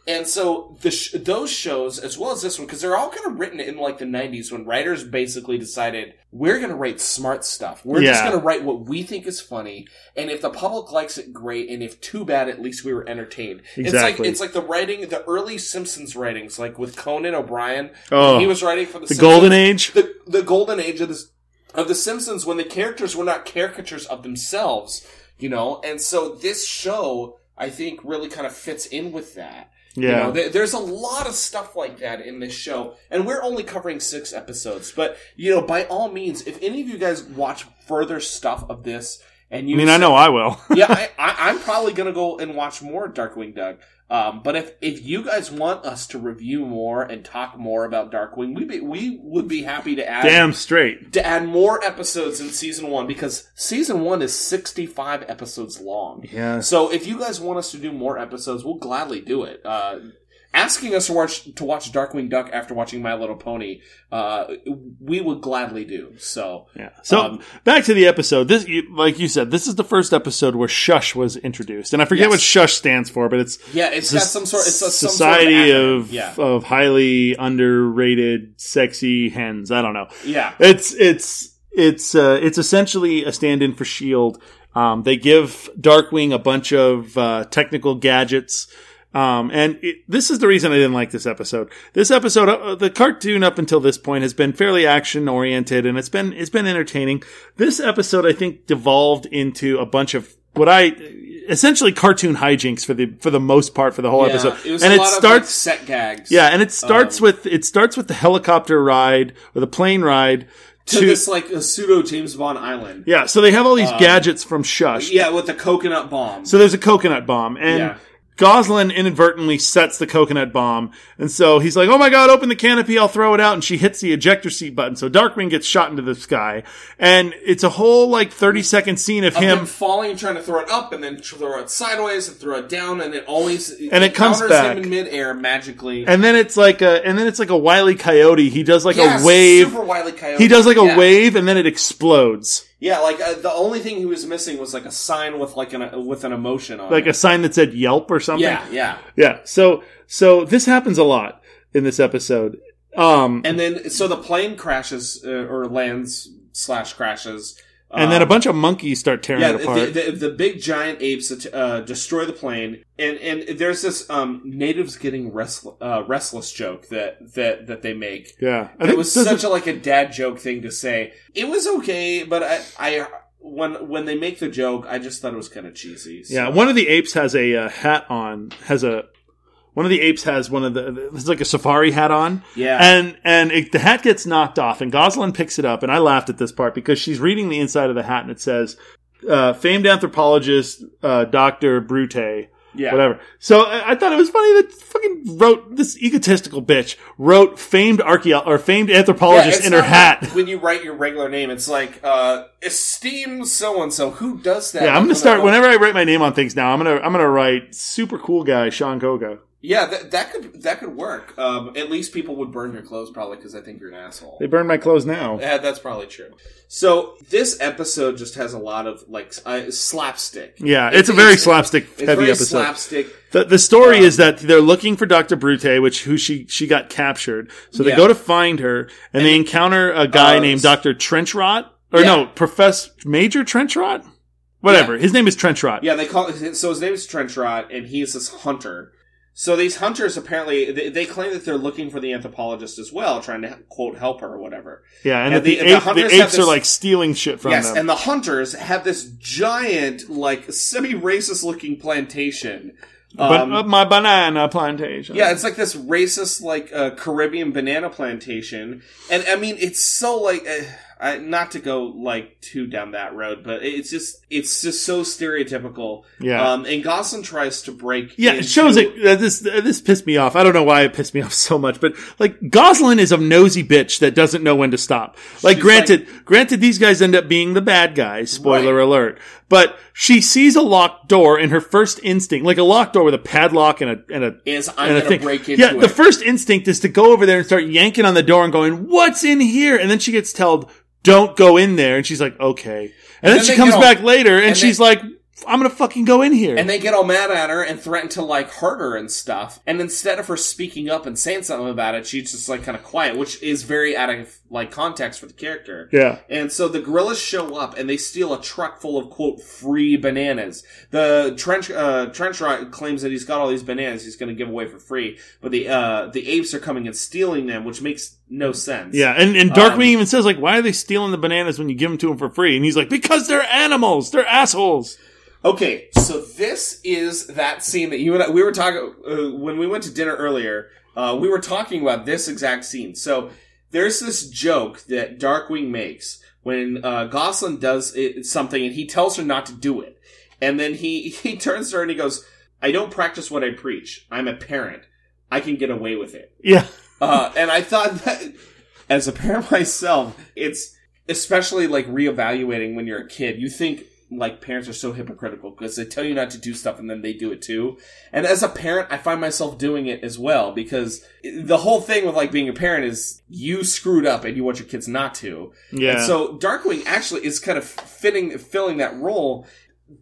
[SPEAKER 2] And so the sh- those shows, as well as this one, because they're all kind of written in like the '90s when writers basically decided we're going to write smart stuff. We're just
[SPEAKER 1] Yeah.
[SPEAKER 2] going to write what we think is funny, and if the public likes it, great. And if too bad, at least we were entertained. It's
[SPEAKER 1] Exactly.
[SPEAKER 2] like it's like the writing, the early Simpsons writings, like with Conan O'Brien.
[SPEAKER 1] Oh.
[SPEAKER 2] he was writing for the,
[SPEAKER 1] the
[SPEAKER 2] Simpsons
[SPEAKER 1] golden age.
[SPEAKER 2] the the golden age of this of the Simpsons when the characters were not caricatures of themselves, you know, and so this show I think really kind of fits in with that. You
[SPEAKER 1] Yeah.
[SPEAKER 2] know, there, there's a lot of stuff like that in this show, and we're only covering six episodes. But you know, by all means, if any of you guys watch further stuff of this, and you
[SPEAKER 1] I mean, I know I will.
[SPEAKER 2] yeah, I, I, I'm probably gonna go and watch more Darkwing Duck. Um, but if if you guys want us to review more and talk more about Darkwing, we be, we would be happy to add
[SPEAKER 1] Damn straight.
[SPEAKER 2] to add more episodes in season one because season one is 65 episodes long.
[SPEAKER 1] Yeah.
[SPEAKER 2] So if you guys want us to do more episodes, we'll gladly do it. Uh, asking us to watch to watch Darkwing Duck after watching My Little Pony, uh, we would gladly do. So
[SPEAKER 1] Yeah. So
[SPEAKER 2] Um,
[SPEAKER 1] back to the episode. This, you, like you said, this is the first episode where shush was introduced, and I forget
[SPEAKER 2] Yes.
[SPEAKER 1] what shush stands for, but it's
[SPEAKER 2] yeah, it's got some sort. It's a, some
[SPEAKER 1] society
[SPEAKER 2] sort of, acronym.
[SPEAKER 1] of uh,
[SPEAKER 2] yeah,
[SPEAKER 1] of highly underrated sexy hens. I don't know.
[SPEAKER 2] yeah.
[SPEAKER 1] It's it's it's uh, it's essentially a stand-in for Shield. Um, they give Darkwing a bunch of uh, technical gadgets. Um, and it, this is the reason I didn't like this episode. This episode, uh, the cartoon up until this point has been fairly action oriented, and it's been it's been entertaining. This episode, I think, devolved into a bunch of what I essentially cartoon hijinks for the for the most part for the whole
[SPEAKER 2] Yeah,
[SPEAKER 1] episode.
[SPEAKER 2] It was
[SPEAKER 1] and
[SPEAKER 2] a
[SPEAKER 1] it
[SPEAKER 2] lot of like,
[SPEAKER 1] starts
[SPEAKER 2] set gags.
[SPEAKER 1] yeah, and it starts
[SPEAKER 2] Um,
[SPEAKER 1] with it starts with the helicopter ride or the plane ride
[SPEAKER 2] to,
[SPEAKER 1] to
[SPEAKER 2] this like a pseudo James Bond island.
[SPEAKER 1] yeah. So they have all these gadgets from Shush.
[SPEAKER 2] Yeah, with the coconut bomb.
[SPEAKER 1] So there's a coconut bomb, and
[SPEAKER 2] Yeah.
[SPEAKER 1] Goslin inadvertently sets the coconut bomb, and so he's like, "Oh my god, open the canopy! I'll throw it out!" And she hits the ejector seat button, so Darkwing gets shot into the sky, and it's a whole like 30 second scene of
[SPEAKER 2] him
[SPEAKER 1] him.
[SPEAKER 2] falling, trying to throw it up, and then throw it sideways, and throw it down, and it always
[SPEAKER 1] And it comes
[SPEAKER 2] encounters
[SPEAKER 1] back.
[SPEAKER 2] him in midair magically.
[SPEAKER 1] And then it's like a, and then it's like a wily coyote. He does like
[SPEAKER 2] Yeah,
[SPEAKER 1] a wave.
[SPEAKER 2] super wily coyote.
[SPEAKER 1] He does like a
[SPEAKER 2] Yeah.
[SPEAKER 1] wave, and then it explodes,
[SPEAKER 2] Yeah, like uh, the only thing he was missing was like a sign with like an uh, with an emotion on
[SPEAKER 1] like
[SPEAKER 2] it.
[SPEAKER 1] a sign that said "Yelp" or something.
[SPEAKER 2] yeah, yeah.
[SPEAKER 1] yeah. So, so this happens a lot in this episode. Um,
[SPEAKER 2] And then so the plane crashes uh, or lands slash crashes.
[SPEAKER 1] and then a bunch of monkeys start tearing
[SPEAKER 2] um, Yeah,
[SPEAKER 1] it apart.
[SPEAKER 2] the, the, the big giant apes uh, destroy the plane, and and there's this um, natives getting restless, uh, restless joke that that that they make.
[SPEAKER 1] yeah, I
[SPEAKER 2] It was
[SPEAKER 1] this is-
[SPEAKER 2] such a, like a dad joke thing to say. It was okay, but I, I when when they make the joke, I just thought it was kind of cheesy. so.
[SPEAKER 1] Yeah, one of the apes has a uh, hat on. Has a one of the apes has one of the it's like a safari hat on.
[SPEAKER 2] Yeah.
[SPEAKER 1] and and it, the hat gets knocked off, and Goslin picks it up, and I laughed at this part because she's reading the inside of the hat, and it says, uh, "Famed anthropologist uh, Doctor Brute."
[SPEAKER 2] yeah,
[SPEAKER 1] Whatever. So I, I thought it was funny that fucking wrote this egotistical bitch wrote famed archaeo or famed
[SPEAKER 2] Yeah,
[SPEAKER 1] anthropologist
[SPEAKER 2] it's
[SPEAKER 1] in her
[SPEAKER 2] not
[SPEAKER 1] hat.
[SPEAKER 2] like when you write your regular name, it's like uh, esteemed so and so. Who does that?
[SPEAKER 1] yeah, I'm
[SPEAKER 2] Who
[SPEAKER 1] gonna
[SPEAKER 2] the
[SPEAKER 1] start
[SPEAKER 2] fuck-
[SPEAKER 1] whenever I write my name on things now. I'm gonna I'm gonna write super cool guy Sean Koga.
[SPEAKER 2] Yeah, that, that could that could work. Um, at least people would burn your clothes probably because I think you're an asshole.
[SPEAKER 1] They burned my clothes now.
[SPEAKER 2] Yeah, that's probably true. So this episode just has a lot of like uh, slapstick.
[SPEAKER 1] Yeah, it's, a very slapstick
[SPEAKER 2] it's
[SPEAKER 1] heavy
[SPEAKER 2] very
[SPEAKER 1] episode.
[SPEAKER 2] slapstick.
[SPEAKER 1] the, the story is that they're looking for Dr. Brute, which who she she got captured. So they
[SPEAKER 2] Yeah.
[SPEAKER 1] go to find her and, they encounter a guy
[SPEAKER 2] uh,
[SPEAKER 1] named
[SPEAKER 2] s-
[SPEAKER 1] Dr. Trenchrot or
[SPEAKER 2] Yeah.
[SPEAKER 1] no, Professor Major Trenchrot? Whatever. His name is Trenchrot.
[SPEAKER 2] Yeah, they call so his name is Trenchrot, and he's this hunter. So these hunters apparently they, they claim that they're looking for the anthropologist as well, trying to quote help her or whatever.
[SPEAKER 1] Yeah, and,
[SPEAKER 2] And
[SPEAKER 1] that the,
[SPEAKER 2] the- the
[SPEAKER 1] ape- the,
[SPEAKER 2] hunters have
[SPEAKER 1] apes are
[SPEAKER 2] this-
[SPEAKER 1] like stealing shit from
[SPEAKER 2] yes,
[SPEAKER 1] them.
[SPEAKER 2] and the hunters have this giant, like semi-racist looking plantation.
[SPEAKER 1] but
[SPEAKER 2] Um,
[SPEAKER 1] uh, my banana plantation.
[SPEAKER 2] Yeah, it's like this racist, like uh, Caribbean banana plantation, and I mean, it's so like, uh, I, not to go like too down that road, but it's just, it's just so stereotypical.
[SPEAKER 1] Yeah.
[SPEAKER 2] Um, and Gosling tries to break.
[SPEAKER 1] Yeah, it shows
[SPEAKER 2] into-
[SPEAKER 1] it. Uh, this uh, this pissed me off. I don't know why it pissed me off so much, but like Goslin is a nosy bitch that doesn't know when to stop. Like,
[SPEAKER 2] She's
[SPEAKER 1] granted, granted, these guys end up being the bad guys. Spoiler alert. But she sees a locked door, and her first instinct, like a locked door with a padlock and a and a
[SPEAKER 2] Is
[SPEAKER 1] and
[SPEAKER 2] I'm
[SPEAKER 1] a
[SPEAKER 2] gonna
[SPEAKER 1] thing.
[SPEAKER 2] break into
[SPEAKER 1] yeah,
[SPEAKER 2] it.
[SPEAKER 1] the first instinct is to go over there and start yanking on the door and going, "What's in here?" And then she gets told, "Don't go in there," and she's like, "Okay." And, then,
[SPEAKER 2] then
[SPEAKER 1] she
[SPEAKER 2] they
[SPEAKER 1] comes
[SPEAKER 2] get all-
[SPEAKER 1] back later, and,
[SPEAKER 2] and they-
[SPEAKER 1] she's like, "I'm gonna fucking go in here."
[SPEAKER 2] and they get all mad at her and threaten to like hurt her and stuff. And instead of her speaking up and saying something about it, she's just like kind of quiet, which is very out of like context for the character.
[SPEAKER 1] yeah.
[SPEAKER 2] And so the gorillas show up and they steal a truck full of quote free bananas. The trench uh, trench rot claims that he's got all these bananas he's going to give away for free, but the uh, the apes are coming and stealing them, which makes no sense.
[SPEAKER 1] Yeah, and, and Darkwing
[SPEAKER 2] Um,
[SPEAKER 1] even says like, "Why are they stealing the bananas when you give them to them for free?" And he's like, "Because they're animals. They're assholes."
[SPEAKER 2] Okay, so this is that scene that you and I, we were talking uh, when we went to dinner earlier. Uh, we were talking about this exact scene. So there's this joke that Darkwing makes when uh, Goslin does it, something and he tells her not to do it, and then he he turns to her and he goes, "I don't practice what I preach. I'm a parent. I can get away with it."
[SPEAKER 1] Yeah,
[SPEAKER 2] uh, and I thought that as a parent myself, it's especially like reevaluating when you're a kid. You think like parents are so hypocritical because they tell you not to do stuff and then they do it too. And as a parent, I find myself doing it as well because the whole thing with like being a parent is you screwed up and you want your kids not to.
[SPEAKER 1] yeah.
[SPEAKER 2] And so Darkwing actually is kind of fitting filling that role.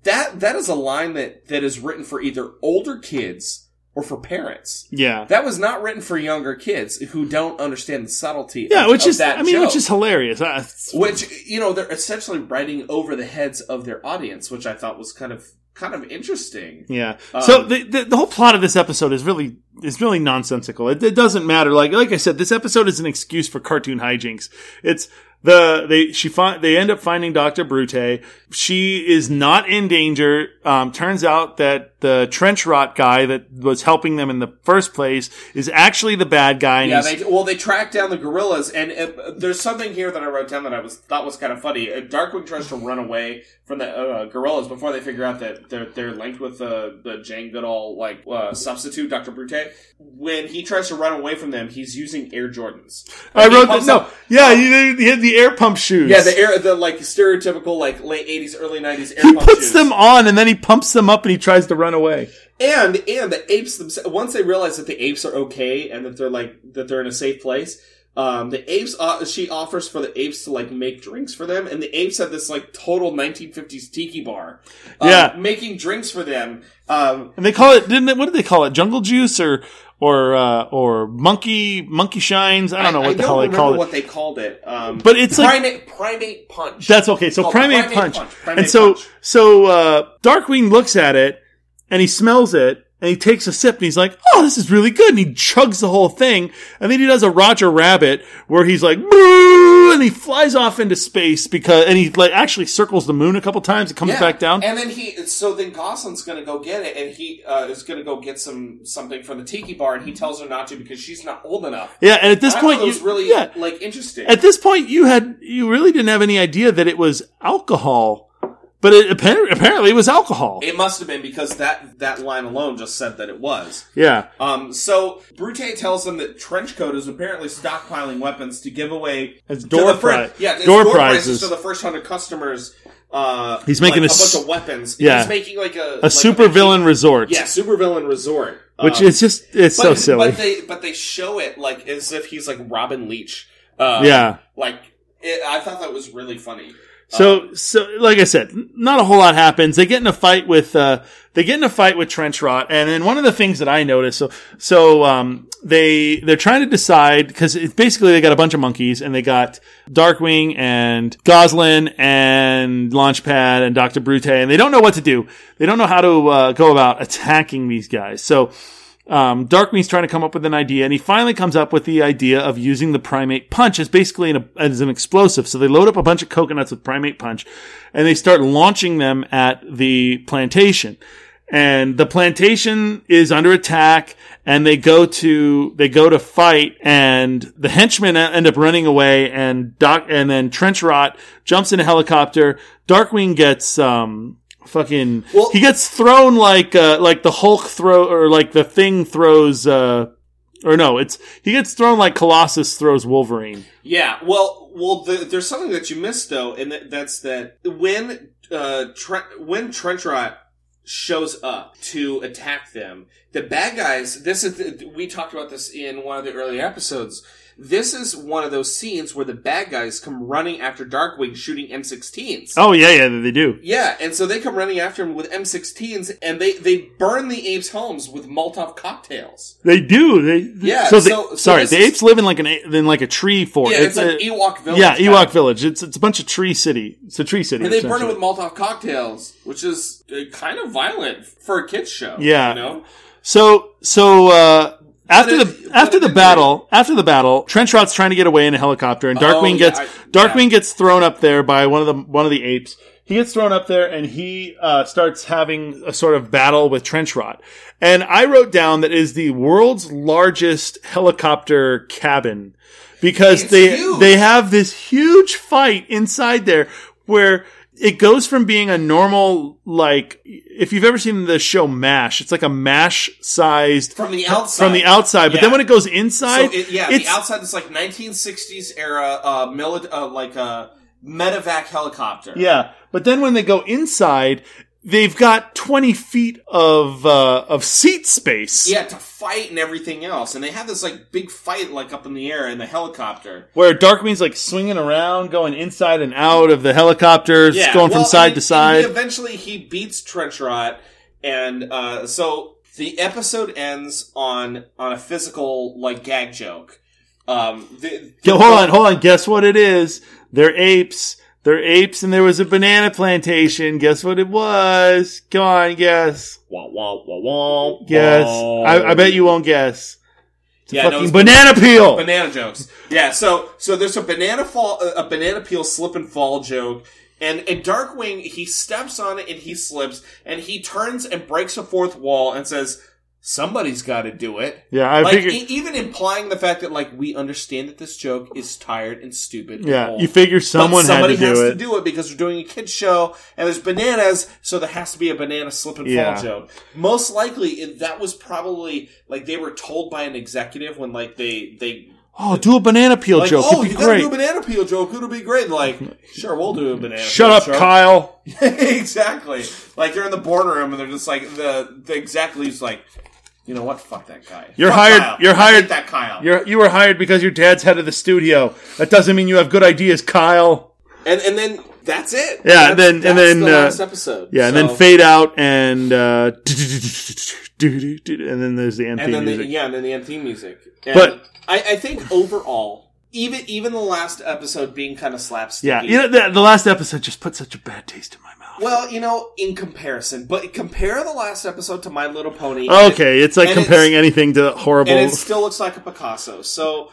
[SPEAKER 2] That that is a line that that is written for either older kids or for parents.
[SPEAKER 1] yeah,
[SPEAKER 2] That was not written for younger kids who don't understand the subtlety.
[SPEAKER 1] yeah.
[SPEAKER 2] of,
[SPEAKER 1] Which
[SPEAKER 2] of
[SPEAKER 1] is,
[SPEAKER 2] that
[SPEAKER 1] I mean,
[SPEAKER 2] joke.
[SPEAKER 1] which is hilarious. I,
[SPEAKER 2] which you know they're essentially writing over the heads of their audience, which I thought was kind of kind of interesting.
[SPEAKER 1] yeah.
[SPEAKER 2] Um,
[SPEAKER 1] so the, the the whole plot of this episode is really is really nonsensical. It, it doesn't matter. Like like I said, this episode is an excuse for cartoon hijinks. It's The they she find they end up finding Doctor Brute. She is not in danger. Um, turns out that the trench rot guy that was helping them in the first place is actually the bad guy. And
[SPEAKER 2] Yeah,
[SPEAKER 1] he's
[SPEAKER 2] they, well, they track down the gorillas, and uh, there's something here that I wrote down that I was thought was kind of funny. Uh, Darkwing tries to run away from the uh, gorillas before they figure out that they're they're linked with the the Jane Goodall like uh, substitute, Doctor Brute. When he tries to run away from them, he's using Air Jordans.
[SPEAKER 1] I
[SPEAKER 2] Like, he
[SPEAKER 1] wrote
[SPEAKER 2] pumps
[SPEAKER 1] this. No,
[SPEAKER 2] up-
[SPEAKER 1] yeah, he, he had the air pump shoes.
[SPEAKER 2] yeah, the air, the like stereotypical like late '80s, early '90s air
[SPEAKER 1] he
[SPEAKER 2] pump
[SPEAKER 1] puts
[SPEAKER 2] shoes.
[SPEAKER 1] them on and then he pumps them up and he tries to run away.
[SPEAKER 2] And and the apes themselves. Once they realize that the apes are okay and that they're like that they're in a safe place, um, the apes. Uh, she offers for the apes to like make drinks for them, and the apes have this like total 1950s tiki bar. um,
[SPEAKER 1] Yeah.
[SPEAKER 2] making drinks for them. Um,
[SPEAKER 1] And they call it didn't they, what did they call it? Jungle juice or or uh, or monkey monkey shines? I don't know what the
[SPEAKER 2] don't
[SPEAKER 1] hell they
[SPEAKER 2] remember
[SPEAKER 1] called it.
[SPEAKER 2] what they called it. Um,
[SPEAKER 1] But it's like-
[SPEAKER 2] primate, primate punch.
[SPEAKER 1] That's okay. So
[SPEAKER 2] Called
[SPEAKER 1] primate, punch.
[SPEAKER 2] Primate
[SPEAKER 1] and so
[SPEAKER 2] punch.
[SPEAKER 1] so uh, Darkwing looks at it and he smells it and he takes a sip and he's like, "Oh, this is really good." And he chugs the whole thing. And then he does a Roger Rabbit where he's like, "Boo!" and he flies off into space because and he like actually circles the moon a couple times and comes
[SPEAKER 2] Yeah.
[SPEAKER 1] back down.
[SPEAKER 2] And then he, so then Gosling's gonna go get it, and he uh, is gonna go get some something from the tiki bar, and he tells her not to because she's not old enough.
[SPEAKER 1] yeah, and at this
[SPEAKER 2] I
[SPEAKER 1] point
[SPEAKER 2] thought it was
[SPEAKER 1] you-
[SPEAKER 2] really
[SPEAKER 1] yeah,
[SPEAKER 2] like interesting.
[SPEAKER 1] at this point you had you really didn't have any idea that it was alcohol, but it apparently, apparently it was alcohol.
[SPEAKER 2] it must have been because that that line alone just said that it was.
[SPEAKER 1] yeah.
[SPEAKER 2] Um, so Brute tells them that Trenchcoat is apparently stockpiling weapons to give away
[SPEAKER 1] As
[SPEAKER 2] to
[SPEAKER 1] door
[SPEAKER 2] the fir-
[SPEAKER 1] pri-
[SPEAKER 2] yeah, it's
[SPEAKER 1] door
[SPEAKER 2] door,
[SPEAKER 1] prizes.
[SPEAKER 2] prizes to the first hundred customers. Uh,
[SPEAKER 1] He's making
[SPEAKER 2] like
[SPEAKER 1] a
[SPEAKER 2] a,
[SPEAKER 1] s-
[SPEAKER 2] bunch of weapons.
[SPEAKER 1] yeah.
[SPEAKER 2] he's making like a
[SPEAKER 1] A super villain resort.
[SPEAKER 2] yeah supervillain resort,
[SPEAKER 1] Which
[SPEAKER 2] Um,
[SPEAKER 1] is just it's so silly.
[SPEAKER 2] But they but they show it like as if he's like Robin Leach. Uh,
[SPEAKER 1] yeah.
[SPEAKER 2] like it, I thought that was really funny.
[SPEAKER 1] So so like I said, n- not a whole lot happens. They get in a fight with uh they get in a fight with Trench Rot, and then one of the things that I noticed so so um they they're trying to decide because it's basically they got a bunch of monkeys and they got Darkwing and Goslin and Launchpad and Doctor Brute, and they don't know what to do. They don't know how to uh, go about attacking these guys. So um, Darkwing's trying to come up with an idea, and he finally comes up with the idea of using the primate punch as basically an, as an explosive. So they load up a bunch of coconuts with primate punch, and they start launching them at the plantation. And the plantation is under attack, and they go to they go to fight, and the henchmen end up running away, and Doc and then Trench Rot jumps in a helicopter. Darkwing gets um fucking
[SPEAKER 2] Well-
[SPEAKER 1] he gets thrown like uh like the Hulk throw or like the thing throws uh or no it's he gets thrown like Colossus throws Wolverine.
[SPEAKER 2] Yeah, well, well, the, there's something that you missed though, and that, that's that when uh, tre- when Trench Rot shows up to attack them, the bad guys. This is the, we talked about this in one of the earlier episodes. This is one of those scenes where the bad guys come running after Darkwing, shooting M16s.
[SPEAKER 1] Oh yeah yeah they do.
[SPEAKER 2] Yeah, and so they come running after him with M16s, and they they burn the apes' homes with Molotov cocktails.
[SPEAKER 1] They do. They
[SPEAKER 2] Yeah,
[SPEAKER 1] So, they,
[SPEAKER 2] so- so
[SPEAKER 1] sorry,
[SPEAKER 2] this
[SPEAKER 1] the
[SPEAKER 2] is-
[SPEAKER 1] apes live in like an a- in like a tree fort.
[SPEAKER 2] Yeah, it's,
[SPEAKER 1] a-
[SPEAKER 2] like Ewok Village.
[SPEAKER 1] yeah,
[SPEAKER 2] kinda.
[SPEAKER 1] Ewok Village. It's it's a bunch of tree city. It's a tree city.
[SPEAKER 2] And they burn it
[SPEAKER 1] essentially.
[SPEAKER 2] with Molotov cocktails, which is uh, kind of violent for a kids show.
[SPEAKER 1] Yeah.
[SPEAKER 2] you know?
[SPEAKER 1] So so uh after
[SPEAKER 2] But
[SPEAKER 1] the
[SPEAKER 2] it-
[SPEAKER 1] after
[SPEAKER 2] but
[SPEAKER 1] the
[SPEAKER 2] it-
[SPEAKER 1] battle, after the battle, Trench Rot's trying to get away in a helicopter, and Darkwing
[SPEAKER 2] Oh, yeah,
[SPEAKER 1] gets
[SPEAKER 2] I-
[SPEAKER 1] Darkwing
[SPEAKER 2] yeah.
[SPEAKER 1] gets thrown up there by one of the one of the apes. He gets thrown up there, and he uh, starts having a sort of battle with Trench Rot. And I wrote down that is the world's largest helicopter cabin because
[SPEAKER 2] It's
[SPEAKER 1] they
[SPEAKER 2] huge.
[SPEAKER 1] they have this huge fight inside there where it goes from being a normal like if you've ever seen the show Mash, it's like a Mash sized
[SPEAKER 2] From the outside.
[SPEAKER 1] from the outside, but
[SPEAKER 2] Yeah.
[SPEAKER 1] then when it goes
[SPEAKER 2] So
[SPEAKER 1] inside,
[SPEAKER 2] it, yeah,
[SPEAKER 1] it's
[SPEAKER 2] the outside is like 1960s era, uh, mili- uh, like a medevac helicopter.
[SPEAKER 1] yeah. But then when they go inside, they've got twenty feet of uh, of seat space.
[SPEAKER 2] Yeah, to fight and everything else, and they have this like big fight like up in the air in the helicopter.
[SPEAKER 1] Where Darkwing's like swinging around, going inside and out of the helicopters,
[SPEAKER 2] Yeah,
[SPEAKER 1] going from
[SPEAKER 2] well,
[SPEAKER 1] side
[SPEAKER 2] and-
[SPEAKER 1] to
[SPEAKER 2] and
[SPEAKER 1] side.
[SPEAKER 2] he eventually, he beats Trench Rot, and uh, so the episode ends on on a physical like gag joke. Um, the,
[SPEAKER 1] Yo, hold on, hold on. Guess what it is? They're apes. They're apes, and there was a banana plantation. Guess what it was? Come on, guess.
[SPEAKER 2] Wah, wah, wah, wah,
[SPEAKER 1] Guess.
[SPEAKER 2] wah.
[SPEAKER 1] I, I bet you won't guess. It's a
[SPEAKER 4] Yeah, no,
[SPEAKER 1] fucking
[SPEAKER 4] it's
[SPEAKER 1] banana peel.
[SPEAKER 4] banana jokes. Yeah, so so there's a banana fall, a banana peel slip and fall joke, and and Darkwing he steps on it and he slips and he turns and breaks a fourth wall and says, "Somebody's got to do it."
[SPEAKER 1] Yeah, I
[SPEAKER 4] like
[SPEAKER 1] figured.
[SPEAKER 4] e- even implying the fact that like we understand that this joke is tired and stupid. and
[SPEAKER 1] yeah,
[SPEAKER 4] old.
[SPEAKER 1] you figure
[SPEAKER 4] But
[SPEAKER 1] someone had
[SPEAKER 4] somebody
[SPEAKER 1] to do
[SPEAKER 4] has
[SPEAKER 1] it.
[SPEAKER 4] to do it because we're doing a kids show and there's bananas, so there has to be a banana slip and
[SPEAKER 1] Yeah.
[SPEAKER 4] fall joke. Most likely, it, that was probably like they were told by an executive when like they they
[SPEAKER 1] oh, do a banana peel
[SPEAKER 4] like
[SPEAKER 1] joke.
[SPEAKER 4] oh
[SPEAKER 1] It'd
[SPEAKER 4] you
[SPEAKER 1] be
[SPEAKER 4] gotta do a
[SPEAKER 1] great.
[SPEAKER 4] banana peel joke, it'll be great. Like sure, we'll do a banana.
[SPEAKER 1] Shut
[SPEAKER 4] peel
[SPEAKER 1] up,
[SPEAKER 4] joke.
[SPEAKER 1] Kyle.
[SPEAKER 4] exactly. Like they're in the boardroom and they're just like the the exec leaves like. You know what? Fuck that guy.
[SPEAKER 1] You're
[SPEAKER 4] Fuck
[SPEAKER 1] hired-
[SPEAKER 4] Kyle.
[SPEAKER 1] you're
[SPEAKER 4] I hate
[SPEAKER 1] hired-
[SPEAKER 4] That Kyle.
[SPEAKER 1] You're, you were hired because your dad's head of the studio. That doesn't mean you have good ideas, Kyle.
[SPEAKER 4] and and then that's it.
[SPEAKER 1] Yeah, and
[SPEAKER 4] That's-
[SPEAKER 1] then- and
[SPEAKER 4] that's
[SPEAKER 1] then,
[SPEAKER 4] the
[SPEAKER 1] uh,
[SPEAKER 4] last episode.
[SPEAKER 1] Yeah, and
[SPEAKER 4] So-
[SPEAKER 1] then fade out, and uh, and then there's the end
[SPEAKER 4] and
[SPEAKER 1] theme
[SPEAKER 4] then
[SPEAKER 1] music.
[SPEAKER 4] the, yeah, and then the end theme music. And
[SPEAKER 1] But-
[SPEAKER 4] I, I think overall, even even the last episode being kind of slapstick.
[SPEAKER 1] Yeah, you know the, the last episode just put such a bad taste in my mouth.
[SPEAKER 4] Well, you know, in comparison, but compare the last episode to My Little Pony. and it-
[SPEAKER 1] okay, it's like
[SPEAKER 4] and
[SPEAKER 1] comparing anything to horrible.
[SPEAKER 4] and it still looks like a Picasso. So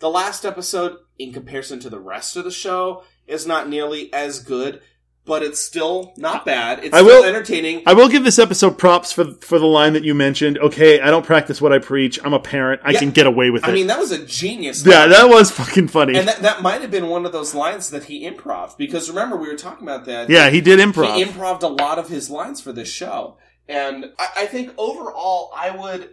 [SPEAKER 4] the last episode, in comparison to the rest of the show, is not nearly as good, but it's still not bad. It's
[SPEAKER 1] I
[SPEAKER 4] still
[SPEAKER 1] will-
[SPEAKER 4] entertaining.
[SPEAKER 1] I will give this episode props for for the line that you mentioned. Okay, I don't practice what I preach. I'm a parent. I
[SPEAKER 4] Yeah.
[SPEAKER 1] can get away with
[SPEAKER 4] I
[SPEAKER 1] it.
[SPEAKER 4] mean, that was a genius.
[SPEAKER 1] yeah, that was fucking funny.
[SPEAKER 4] and that, that might have been one of those lines that he improv because remember we were talking about that.
[SPEAKER 1] yeah, he did improv.
[SPEAKER 4] He improved a lot of his lines for this show, and I, I think overall, I would,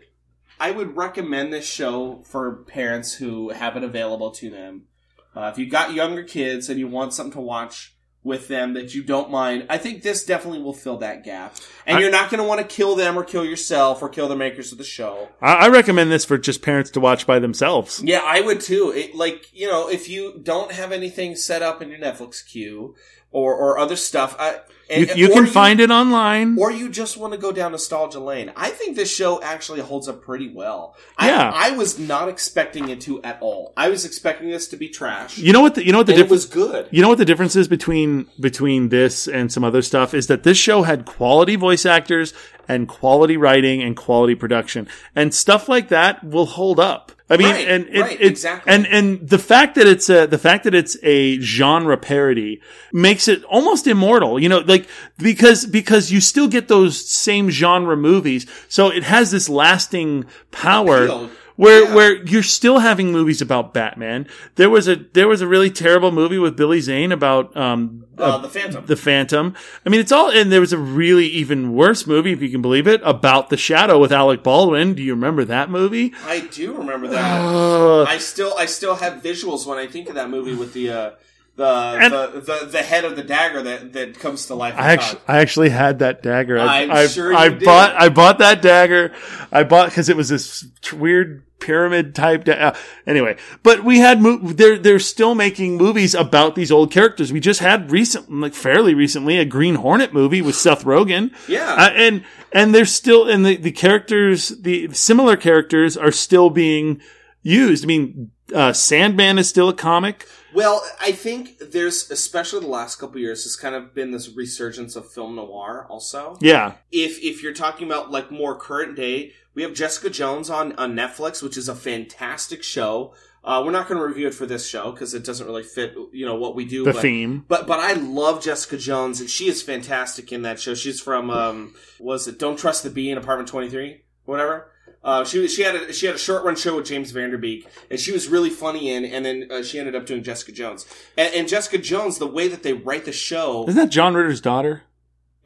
[SPEAKER 4] I would recommend this show for parents who have it available to them. Uh, if you got younger kids and you want something to watch with them that you don't mind, I think this definitely will fill that gap. And
[SPEAKER 1] I-
[SPEAKER 4] you're not going to want to kill them or kill yourself or kill the makers of the show.
[SPEAKER 1] I, I recommend this for just parents to watch by themselves.
[SPEAKER 4] Yeah, I would too. It, like you know, if you don't have anything set up in your Netflix queue or or other stuff, I,
[SPEAKER 1] You, you can find it online.
[SPEAKER 4] or you just want to go down nostalgia lane. I think this show actually holds up pretty well.
[SPEAKER 1] Yeah.
[SPEAKER 4] I, I was not expecting it to at all. I was expecting this to be trash.
[SPEAKER 1] you know what? The, you know what the
[SPEAKER 4] and it
[SPEAKER 1] difference.
[SPEAKER 4] was good.
[SPEAKER 1] You know what the difference is between between this and some other stuff is that this show had quality voice actors and quality writing and quality production and stuff like that will hold up. I mean,
[SPEAKER 4] Right,
[SPEAKER 1] and it,
[SPEAKER 4] right,
[SPEAKER 1] it's-
[SPEAKER 4] exactly.
[SPEAKER 1] and and the fact that it's a the fact that it's a genre parody makes it almost immortal. You know, like because because you still get those same genre movies, so it has this lasting power
[SPEAKER 4] Appeal.
[SPEAKER 1] where
[SPEAKER 4] Yeah.
[SPEAKER 1] where you're still having movies about Batman. There was a there was a really terrible movie with Billy Zane about um
[SPEAKER 4] Uh, the Phantom.
[SPEAKER 1] the Phantom. I mean, it's all and there was a really even worse movie if you can believe it about the Shadow with Alec Baldwin. Do you remember that movie?
[SPEAKER 4] I do remember that.
[SPEAKER 1] Uh,
[SPEAKER 4] I still I still have visuals when I think of that movie with the uh, the,
[SPEAKER 1] And-
[SPEAKER 4] the the the head of the dagger that that comes to life.
[SPEAKER 1] I
[SPEAKER 4] in
[SPEAKER 1] actually, I actually had that dagger. I,
[SPEAKER 4] Uh, I'm
[SPEAKER 1] I,
[SPEAKER 4] sure you
[SPEAKER 1] I
[SPEAKER 4] did.
[SPEAKER 1] bought, I bought that dagger. I bought because it was this t- weird pyramid type. Da- uh, anyway, but we had mo- they're they're still making movies about these old characters. We just had recent, like fairly recently, a Green Hornet movie with Seth Rogen.
[SPEAKER 4] Yeah.
[SPEAKER 1] Uh, and and they're still and the the characters, the similar characters are still being used. I mean, uh, Sandman is still a comic.
[SPEAKER 4] Well, I think there's especially the last couple years has kind of been this resurgence of film noir also.
[SPEAKER 1] Yeah,
[SPEAKER 4] If if you're talking about like more current day, we have Jessica Jones on on Netflix, which is a fantastic show. Uh, we're not going to review it for this show because it doesn't really fit, you know, what we do.
[SPEAKER 1] the
[SPEAKER 4] but,
[SPEAKER 1] theme.
[SPEAKER 4] But but I love Jessica Jones and she is fantastic in that show. She's from um was it Don't Trust the Bee in Apartment Twenty Three whatever. Uh, she she had a, she had a short run show with James Vanderbeek and she was really funny in and then uh, she ended up doing Jessica Jones and, and Jessica Jones the way that they write the show
[SPEAKER 1] Isn't that John Ritter's daughter?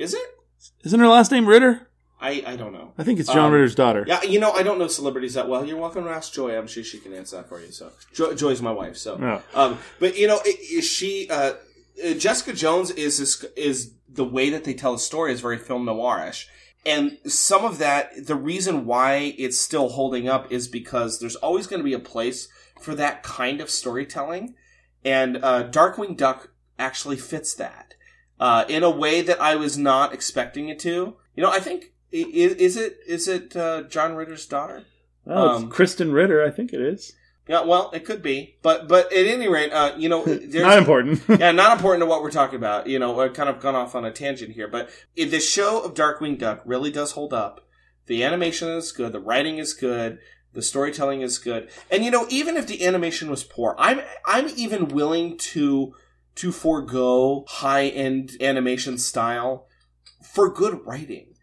[SPEAKER 4] is it
[SPEAKER 1] Isn't her last name Ritter?
[SPEAKER 4] I I don't know
[SPEAKER 1] I think it's John
[SPEAKER 4] Um,
[SPEAKER 1] Ritter's daughter.
[SPEAKER 4] yeah you know I don't know celebrities that well you're welcome to ask Joy I'm sure she can answer that for you so Joy, Joy's my wife so
[SPEAKER 1] Yeah.
[SPEAKER 4] Um, but you know, it, it- she uh, uh, Jessica Jones is this, is the way that they tell the story is very film noirish, and some of that the reason why it's still holding up is because there's always going to be a place for that kind of storytelling, and uh, Darkwing Duck actually fits that uh, in a way that I was not expecting it to. You know, I think i- i- is it is it uh, John Ritter's daughter?
[SPEAKER 1] Oh,
[SPEAKER 4] Um,
[SPEAKER 1] it's Kristen Ritter, I think it is.
[SPEAKER 4] Yeah, well, it could be, but but at any rate, uh, you know, there's
[SPEAKER 1] Not important.
[SPEAKER 4] yeah, not important to what we're talking about. You know, I've kind of gone off on a tangent here, but if the show of Darkwing Duck really does hold up. The animation is good. The writing is good. The storytelling is good, and you know, even if the animation was poor, I'm I'm even willing to to forego high end animation style for good writing.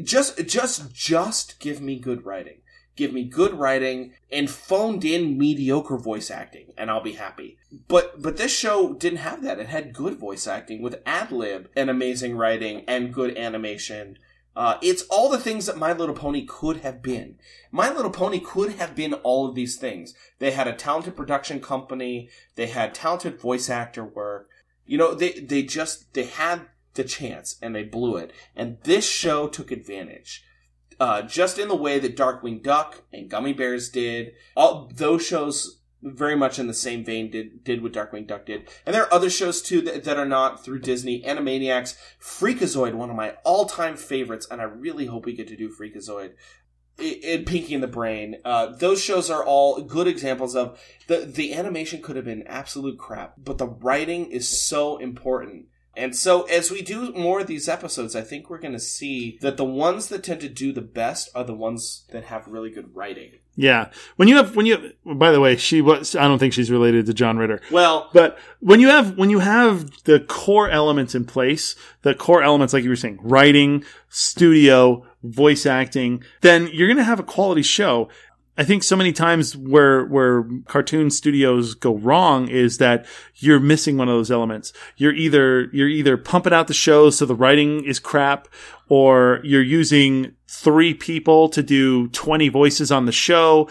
[SPEAKER 4] Just just just give me good writing. Give me good writing and phoned in mediocre voice acting, and I'll be happy. But but this show didn't have that. It had good voice acting with ad lib and amazing writing and good animation. Uh, it's all the things that My Little Pony could have been. My Little Pony could have been all of these things. They had a talented production company. They had talented voice actor work. You know, they they just they had the chance and they blew it. And this show took advantage, uh, just in the way that Darkwing Duck and Gummy Bears did. All those shows, very much in the same vein, did did what Darkwing Duck did. And there are other shows too that, that are not through Disney. Animaniacs, Freakazoid, one of my all time favorites, and I really hope we get to do Freakazoid. I- And Pinky and the Brain, uh, those shows are all good examples of the the animation could have been absolute crap, but the writing is so important. And so, as we do more of these episodes, I think we're going to see that the ones that tend to do the best are the ones that have really good writing.
[SPEAKER 1] Yeah. When you have when you by the way, she was I don't think she's related to John Ritter.
[SPEAKER 4] Well,
[SPEAKER 1] But when you have when you have the core elements in place, the core elements like you were saying, writing, studio, voice acting, then you're going to have a quality show. I think so many times where where cartoon studios go wrong is that you're missing one of those elements. You're either you're either pumping out the show so the writing is crap or you're using three people to do 20 voices on the show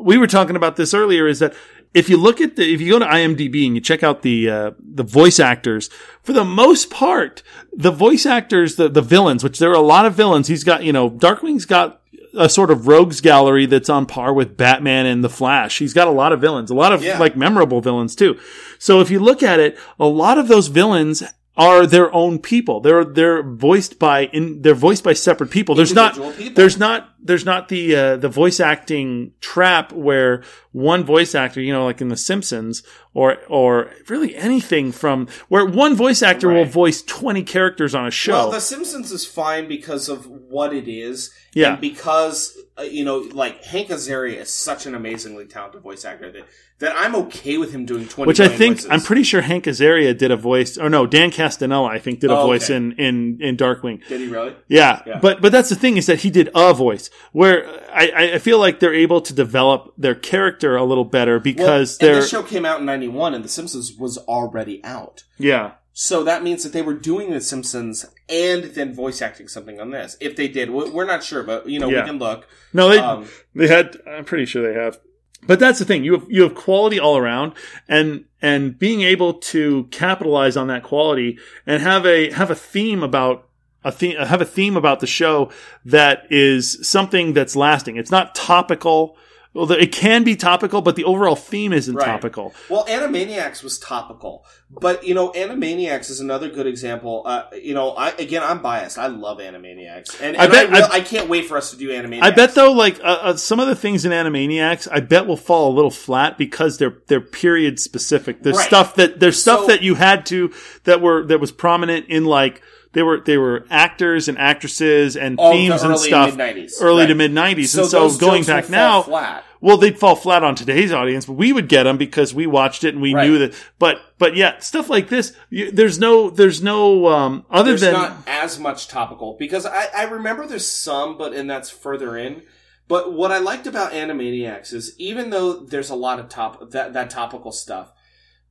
[SPEAKER 1] we were talking about this earlier is that if you look at the if you go to IMDb and you check out the uh, the voice actors for the most part the voice actors the the villains which there are a lot of villains he's got you know Darkwing's got a sort of rogues gallery that's on par with Batman and the Flash he's got a lot of villains a lot of
[SPEAKER 4] Yeah.
[SPEAKER 1] like memorable villains too so if you look at it a lot of those villains are their own people they're they're voiced by in they're voiced by separate people there's not
[SPEAKER 4] Individual people.
[SPEAKER 1] there's there's not there's not the uh, the voice acting trap where one voice actor, you know, like in The Simpsons or or really anything from where one voice actor will
[SPEAKER 4] Right.
[SPEAKER 1] voice twenty characters on a show.
[SPEAKER 4] well, The Simpsons is fine because of what it is,
[SPEAKER 1] Yeah.
[SPEAKER 4] and because uh, you know, like Hank Azaria is such an amazingly talented voice actor that that I'm okay with him doing twenty.
[SPEAKER 1] which I
[SPEAKER 4] million
[SPEAKER 1] think
[SPEAKER 4] voices.
[SPEAKER 1] I'm pretty sure Hank Azaria did a voice, or no, Dan Castanella I think did a
[SPEAKER 4] Oh,
[SPEAKER 1] voice
[SPEAKER 4] okay.
[SPEAKER 1] in in in Darkwing.
[SPEAKER 4] Did he really?
[SPEAKER 1] Yeah,
[SPEAKER 4] Yeah.
[SPEAKER 1] but but that's the thing is that he did a voice where I, I feel like they're able to develop their character a little better because
[SPEAKER 4] and
[SPEAKER 1] they're
[SPEAKER 4] this show came out in '91, and The Simpsons was already out.
[SPEAKER 1] yeah
[SPEAKER 4] So that means that they were doing The Simpsons and then voice acting something on this. If they did, we- we're not sure, but you know
[SPEAKER 1] Yeah.
[SPEAKER 4] we can look.
[SPEAKER 1] no they
[SPEAKER 4] Um,
[SPEAKER 1] They had. I'm pretty sure they have. But that's the thing. You have you have quality all around, and and being able to capitalize on that quality and have a have a theme about a theme have a theme about the show that is something that's lasting. It's not topical. Although it can be topical, but the overall theme isn't
[SPEAKER 4] Right.
[SPEAKER 1] topical.
[SPEAKER 4] well, Animaniacs was topical, but you know Animaniacs is another good example. Uh, you know, I again I'm biased. I love Animaniacs, and, and
[SPEAKER 1] I
[SPEAKER 4] I
[SPEAKER 1] bet-
[SPEAKER 4] will-
[SPEAKER 1] I-
[SPEAKER 4] I, can't wait for us to do Animaniacs.
[SPEAKER 1] I bet though, like uh, uh, some of the things in Animaniacs, I bet will fall a little flat because they're they're period specific. There's
[SPEAKER 4] Right.
[SPEAKER 1] stuff that there's stuff
[SPEAKER 4] So-
[SPEAKER 1] that you had to that were that was prominent in like they were they were actors and actresses and
[SPEAKER 4] All the
[SPEAKER 1] themes and
[SPEAKER 4] early
[SPEAKER 1] stuff
[SPEAKER 4] mid-nineties,
[SPEAKER 1] early to
[SPEAKER 4] right.
[SPEAKER 1] mid nineties. and so
[SPEAKER 4] those
[SPEAKER 1] going
[SPEAKER 4] jokes will
[SPEAKER 1] back
[SPEAKER 4] fall
[SPEAKER 1] now,
[SPEAKER 4] flat.
[SPEAKER 1] well, they'd fall flat on today's audience, but we would get them because we watched it and we
[SPEAKER 4] Right.
[SPEAKER 1] knew that. But but yeah, stuff like this, you, there's no there's no um, other
[SPEAKER 4] there's
[SPEAKER 1] than
[SPEAKER 4] not as much topical because I, I remember there's some, but and that's further in. But what I liked about Animaniacs is even though there's a lot of top that that topical stuff,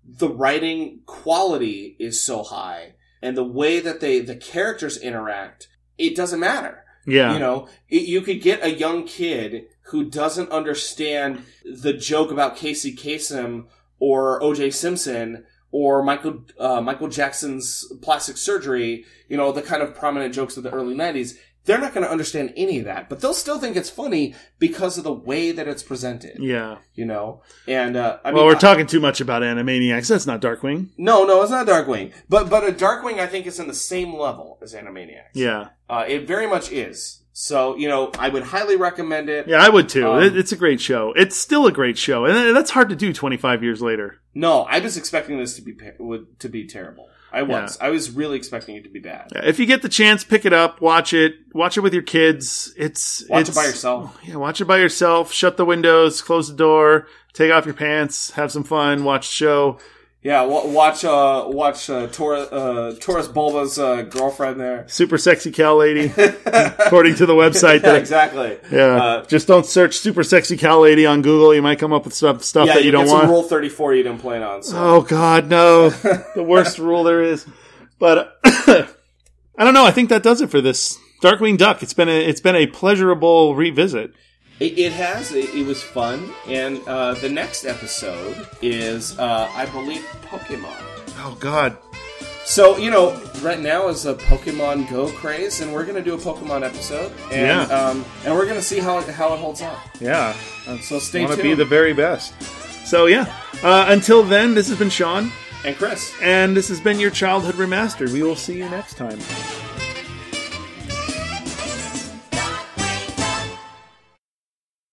[SPEAKER 4] the writing quality is so high, and the way that they the characters interact, it doesn't matter.
[SPEAKER 1] yeah
[SPEAKER 4] You know, it, you could get a young kid who doesn't understand the joke about Casey Kasem or O.J. Simpson or Michael uh, Michael Jackson's plastic surgery. You know, the kind of prominent jokes of the early '90s. They're not going to understand any of that, but they'll still think it's funny because of the way that it's presented.
[SPEAKER 1] yeah.
[SPEAKER 4] You know, and uh, I
[SPEAKER 1] Well,
[SPEAKER 4] mean,
[SPEAKER 1] we're
[SPEAKER 4] I-
[SPEAKER 1] talking too much about Animaniacs. That's not Darkwing.
[SPEAKER 4] no, no, it's not Darkwing, but but a Darkwing I think is in the same level as Animaniacs.
[SPEAKER 1] Yeah.
[SPEAKER 4] Uh, it very much is. So, you know, I would highly recommend it.
[SPEAKER 1] Yeah, I would too.
[SPEAKER 4] Um,
[SPEAKER 1] It- it's a great show. It's still a great show, and that's hard to do 25 years later.
[SPEAKER 4] No, I was expecting this to be pa- would, to be terrible. I was. I was really expecting it to be bad.
[SPEAKER 1] If you get the chance, pick it up, watch it, watch it with your kids. It's
[SPEAKER 4] Watch
[SPEAKER 1] it's,
[SPEAKER 4] it by yourself.
[SPEAKER 1] Yeah, watch it by yourself. Shut the windows, close the door, take off your pants, have some fun, watch the show.
[SPEAKER 4] Yeah, wa watch uh, watch uh, Tor- uh, Taurus Bulba's uh, girlfriend there.
[SPEAKER 1] Super sexy cow lady, according to the website.
[SPEAKER 4] Yeah,
[SPEAKER 1] that
[SPEAKER 4] exactly. Uh,
[SPEAKER 1] Yeah, just don't search "super sexy cow lady" on Google. You might come up with stuff stuff
[SPEAKER 4] yeah,
[SPEAKER 1] that you don't
[SPEAKER 4] get
[SPEAKER 1] want.
[SPEAKER 4] some Rule Thirty Four you didn't plan on. So.
[SPEAKER 1] Oh God, no! the worst rule there is. But I don't know. I think that does it for this Darkwing Duck. It's been a it's been a pleasurable revisit.
[SPEAKER 4] It, it has. It, it was fun. And uh, the next episode is, uh, I believe, Pokemon.
[SPEAKER 1] Oh God,
[SPEAKER 4] So you know, right now is a Pokemon Go craze, and we're gonna do a Pokemon episode, and
[SPEAKER 1] Yeah.
[SPEAKER 4] um, and we're gonna see how it, how it holds up. Uh,
[SPEAKER 1] yeah.
[SPEAKER 4] So stay
[SPEAKER 1] Want to
[SPEAKER 4] tuned.
[SPEAKER 1] be the very best. So yeah. Uh, until then, this has been Sean,
[SPEAKER 4] and Chris.
[SPEAKER 1] and this has been your childhood remastered. We will see you next time.